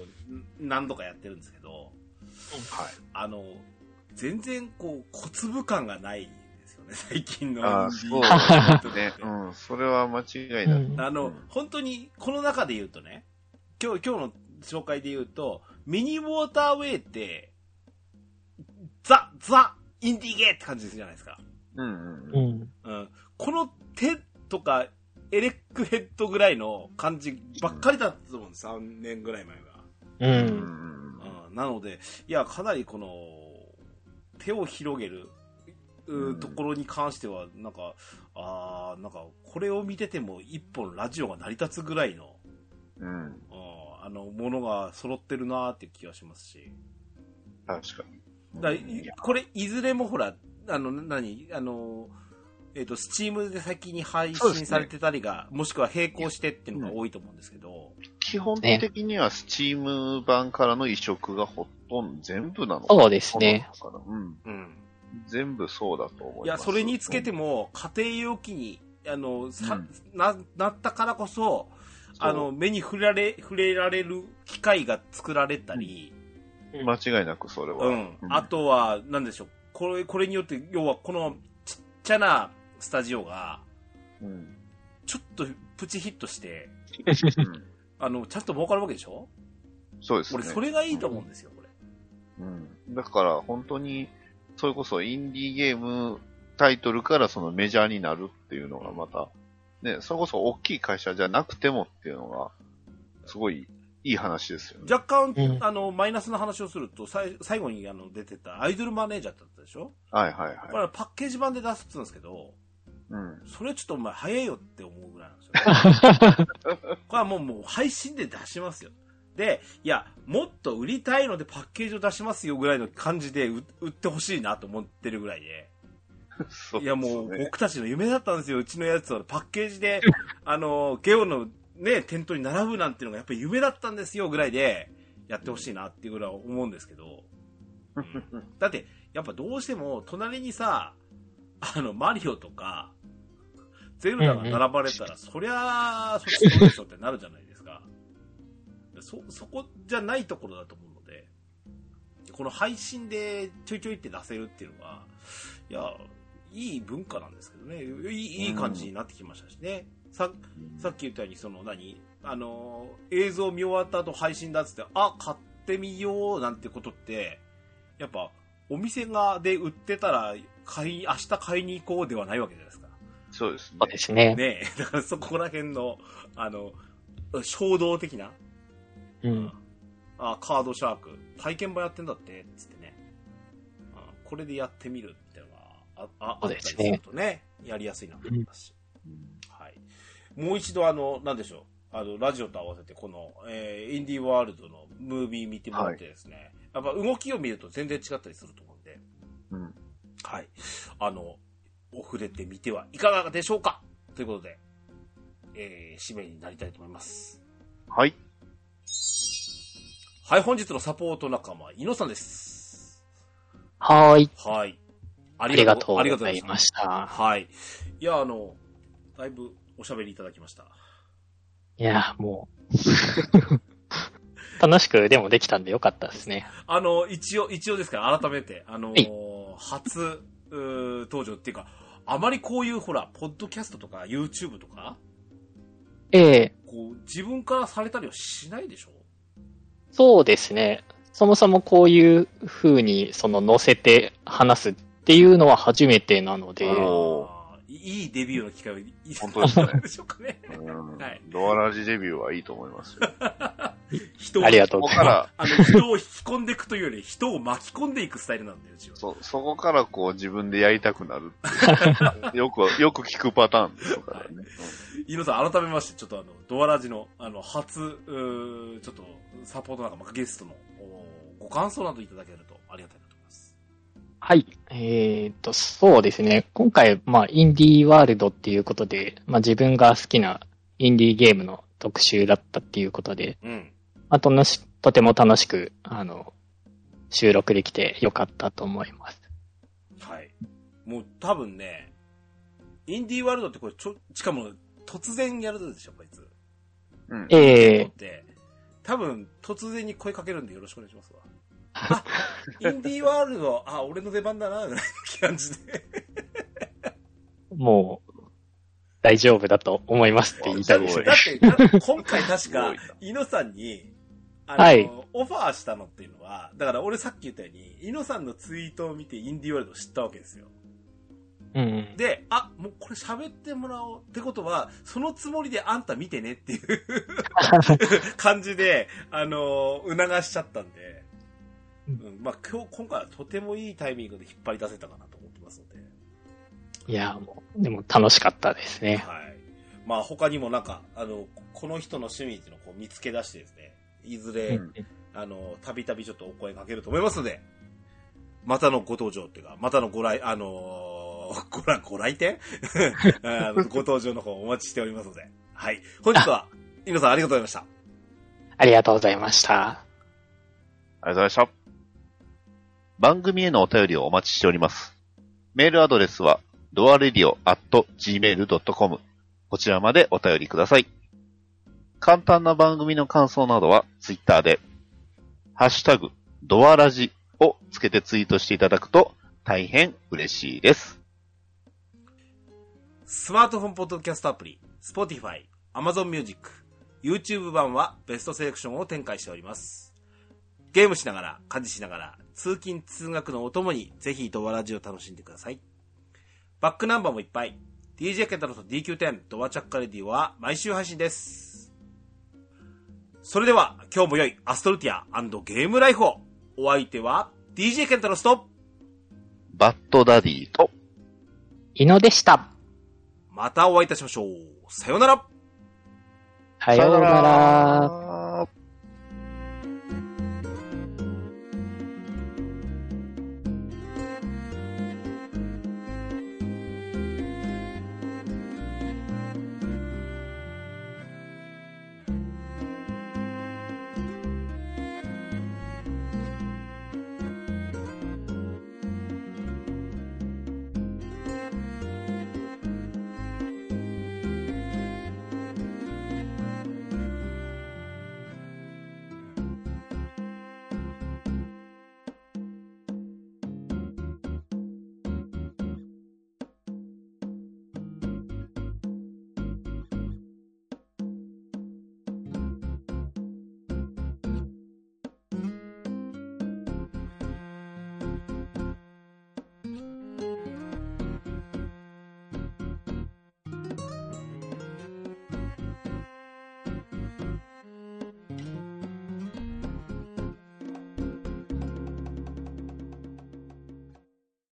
Speaker 1: 何度かやってるんですけど、
Speaker 2: はい。
Speaker 1: あの、全然こう、小粒感がないんですよね、 *laughs* 最近のイン
Speaker 2: ああ
Speaker 1: ディー
Speaker 2: そう
Speaker 1: ゲ *laughs*
Speaker 2: ね。
Speaker 1: ー
Speaker 2: う
Speaker 1: ムっ
Speaker 2: ん。それは間違い
Speaker 3: う
Speaker 2: なく。
Speaker 3: ん
Speaker 1: て。あ
Speaker 2: *laughs* う
Speaker 1: の
Speaker 2: ん、
Speaker 1: 本当に、この中で言うとね、今日、今日の紹介で言うと、ミニウォーターウェイって、ザ、ザ、インディーゲーって感じするじゃないですか。
Speaker 2: うんうん
Speaker 3: う
Speaker 2: うん。
Speaker 3: ん。
Speaker 1: うんこの手とか、エレックヘッドぐらいの感じばっかりだったと思うんです、3年ぐらい前
Speaker 3: う
Speaker 2: うん
Speaker 3: ん。
Speaker 2: うん
Speaker 1: は。うん、なので、いや、かなりこの、手を広げる、う
Speaker 2: うん
Speaker 1: ところに関しては、なんか、あーなんか、これを見てても一本ラジオが成り立つぐらいの、
Speaker 2: うん。
Speaker 1: うんあの、ものが揃ってるなーって気がしますし。
Speaker 2: 確かに。
Speaker 1: だい
Speaker 2: いや
Speaker 1: これ、いずれもほら、あの、なに、あの、えっ、と、スチームで先に配
Speaker 2: そうです
Speaker 1: 信
Speaker 2: ね
Speaker 1: されてたりが、もしくは並行してっていうのが多いと思うんですけど、
Speaker 2: 基本的には Steam 版からの移植がほとんど全部なのかな
Speaker 3: そうですね。
Speaker 2: ほとんどかなうん。
Speaker 1: うん。
Speaker 2: 全部そうだと思います。
Speaker 1: いや、それにつけても、家庭用機に、あの、さ、な、なったからこそ、
Speaker 2: うん、
Speaker 1: あの、目に触られ、触れられる機会が作られたり、
Speaker 2: そう、間違いなくそれは。
Speaker 1: うん。あとは、なんでしょう、これ、これによって、要はこのちっちゃなスタジオが、
Speaker 2: うん。
Speaker 1: ちょっとプチヒットして、
Speaker 2: うん
Speaker 1: あの、ちゃんと儲かるわけでしょ
Speaker 2: そうですね。
Speaker 1: 俺、それがいいと思うんですよ、これ。
Speaker 2: うん。だから、本当に、それこそインディーゲームタイトルからそのメジャーになるっていうのがまた、ね、それこそ大きい会社じゃなくてもっていうのが、すごいいい話ですよね。
Speaker 1: 若干、
Speaker 3: うん
Speaker 1: あの、マイナスの話をすると、さい最後にあの出てたアイドルマネージャーだったでしょ
Speaker 2: はいはい
Speaker 1: こ
Speaker 2: はい。
Speaker 1: れパッケージ版で出すっつうんですけど、
Speaker 2: うん。 *laughs*
Speaker 1: それちょっとお前早いよって思うぐらいなんですよ。これはもう、もう配信で出しますよ。で、いや、もっと売りたいのでパッケージを出しますよぐらいの感じで売売ってほしいなと思ってるぐらいで。
Speaker 2: そう
Speaker 1: い
Speaker 2: です
Speaker 1: や
Speaker 2: ね
Speaker 1: もう僕たちの夢だったんですよ。うちのやつはパッケージ
Speaker 2: *laughs*
Speaker 1: で、あの、ゲオのね、店頭に並ぶなんていうのがやっぱり夢だったんですよぐらいで、やってほしいなっていうぐらいは思うんですけど。うんだって、やっぱどうしても隣にさ、あの、マリオとか、ゼルダが並ばれたら、そりゃあ、そっちそうでしょってなるじゃないですか。そ、そこじゃないところだと思うので、この配信でちょいちょいって出せるっていうのは、いや、いい文化なんですけどね、いいいい感じになってきましたしね。ささっき言ったように、その何、あのー、映像見終わった後配信だっつって、あ、買ってみようなんてことって、やっぱ、お店がで売ってたら、買い、明日買いに行こうではないわけじゃないですか。
Speaker 2: そうですね
Speaker 3: そう。ですね。
Speaker 1: ねえ、だからそこら辺の、あの、衝動的な、
Speaker 3: うん。
Speaker 1: あ、カードシャーク、体験版やってんだって、つってね。あこれでやってみるってのが、あ、あ、あっ
Speaker 3: そう
Speaker 1: た
Speaker 3: で
Speaker 1: り
Speaker 3: す
Speaker 1: す
Speaker 3: ね
Speaker 1: るとね、やりやすいなと思いますし。はい。もう一度、あの、なんでしょう。あの、ラジオと合わせて、この、えーインディーワールドのムービー見てもらってですね、やっぱ動きを見ると全然違ったりすると思うんで、
Speaker 2: うん。
Speaker 1: はい。あの、遅れてみてはいかがでしょうかということで、えー、締めになりたいと思います。
Speaker 2: はい。
Speaker 1: はい、本日のサポート仲間、イノさんです。
Speaker 3: はーい。
Speaker 1: はい。あ
Speaker 3: ありがとう
Speaker 1: あり
Speaker 3: ご
Speaker 1: がとうござ
Speaker 3: ざい
Speaker 1: いま
Speaker 3: ま
Speaker 1: し
Speaker 3: した
Speaker 1: た。。はい。いや、あの、だいぶおしゃべりいただきました。
Speaker 3: いや、もう。 *laughs* 楽しくでもできたんでよかったですね。
Speaker 1: あの、一応、一応ですから、改めて、あのー
Speaker 3: はい
Speaker 1: 初、うー登場っていうか、あまりこういう、ほら、ポッドキャストとか、YouTube とか、
Speaker 3: ええ
Speaker 1: こう、自分からされたりはしないでしょ
Speaker 3: そうですね。そもそもこういう風に、その乗せて話すっていうのは初めてなので、
Speaker 2: おー
Speaker 1: あーいいデビューの機会をいい
Speaker 2: 本
Speaker 1: *laughs*
Speaker 2: 当ですね
Speaker 1: でしょうかね。
Speaker 2: うん
Speaker 1: はい
Speaker 2: ドアラジデビューはいいと思いますよ。
Speaker 1: 人を
Speaker 3: ありがと
Speaker 2: そうこ
Speaker 3: ござ
Speaker 2: か
Speaker 3: いま
Speaker 2: ら、
Speaker 1: あの、人を引き込んでいくというより、人を巻き込んでいくスタイルなんだよ、うちは。
Speaker 2: そ、そこからこう自分でやりたくなるっていうよく、よく聞くパターンですからね。
Speaker 1: 井野さん、改めまして、ちょっとあの、ドアラジの、あの、初、うーちょっと、サポート仲間、ゲストの、おご感想などいただけると、ありがたいなと思います。
Speaker 3: はい。えーっと、そうですね。今回、まあ、インディーワールドっていうことで、まあ、自分が好きなインディーゲームの特集だったっていうことで、
Speaker 1: うん。
Speaker 3: まあ、とのし、とても楽しく、あの、収録できてよかったと思います。
Speaker 1: はい。もう、多分ね、インディーワールドってこれ、ちょ、しかも、突然やるでしょ、こいつ。
Speaker 2: うん。うん。
Speaker 3: ええ
Speaker 1: で、多分、突然に声かけるんでよろしくお願いします
Speaker 3: *laughs*
Speaker 1: わ。あ、インディーワールド、あ、俺の出番だな、みたいな感じで。
Speaker 3: もう、大丈夫だと思いますって言いたいですね
Speaker 1: だ。って、だって今回確か
Speaker 2: すごいな、
Speaker 1: イノさんに、あの、
Speaker 3: はい
Speaker 1: オファーしたのっていうのは、だから俺さっき言ったように、イノさんのツイートを見てインディーワールドを知ったわけですよ。
Speaker 3: うん。
Speaker 1: で、あ、もうこれ喋ってもらおうってことは、そのつもりであんた見てねっていう *laughs* 感じで、あの促しちゃったんで、う、
Speaker 3: うん
Speaker 1: まあ今日、今回はとてもいいタイミングで引っ張り出せたかなと思ってますので。
Speaker 3: *laughs* いや、もう、でも楽しかったですね。
Speaker 1: はい。まあ他にもなんか、あの、この人の趣味っていうのをこう見つけ出してですね、いずれ、
Speaker 2: うん
Speaker 1: あの、たびたびちょっとお声かけると思いますので、またのご登場っていうか、またのご来、あの *laughs* ーごら、ご来店 *laughs* あのご登場の方お待ちしておりますので。はい。本日は、イノさんありがとうございました。
Speaker 3: ありがとうございました。
Speaker 2: ありがとうございました。番組へのお便りをお待ちしております。メールアドレスは、doaradio.gmail.com。こちらまでお便りください。簡単な番組の感想などは、ツイッターで、ハッシュタグ、ドアラジをつけてツイートしていただくと、大変嬉しいです。
Speaker 1: スマートフォンポッドキャストアプリ、Spotify、Amazon Music、YouTube 版はベストセレクションを展開しております。ゲームしながら、家事しながら、通勤通学のお供に、ぜひドアラジオを楽しんでください。バックナンバーもいっぱい。DJ ケンタロウと DQ10 ドアチャッカレディは毎週配信です。それでは、今日も良いアストルティアゲームライフを。お相手は、DJ ケンタロウと、
Speaker 2: バッドダディと、
Speaker 3: イノでした。
Speaker 1: またお会いいたしましょう。さようなら
Speaker 3: さようなら。
Speaker 2: ら。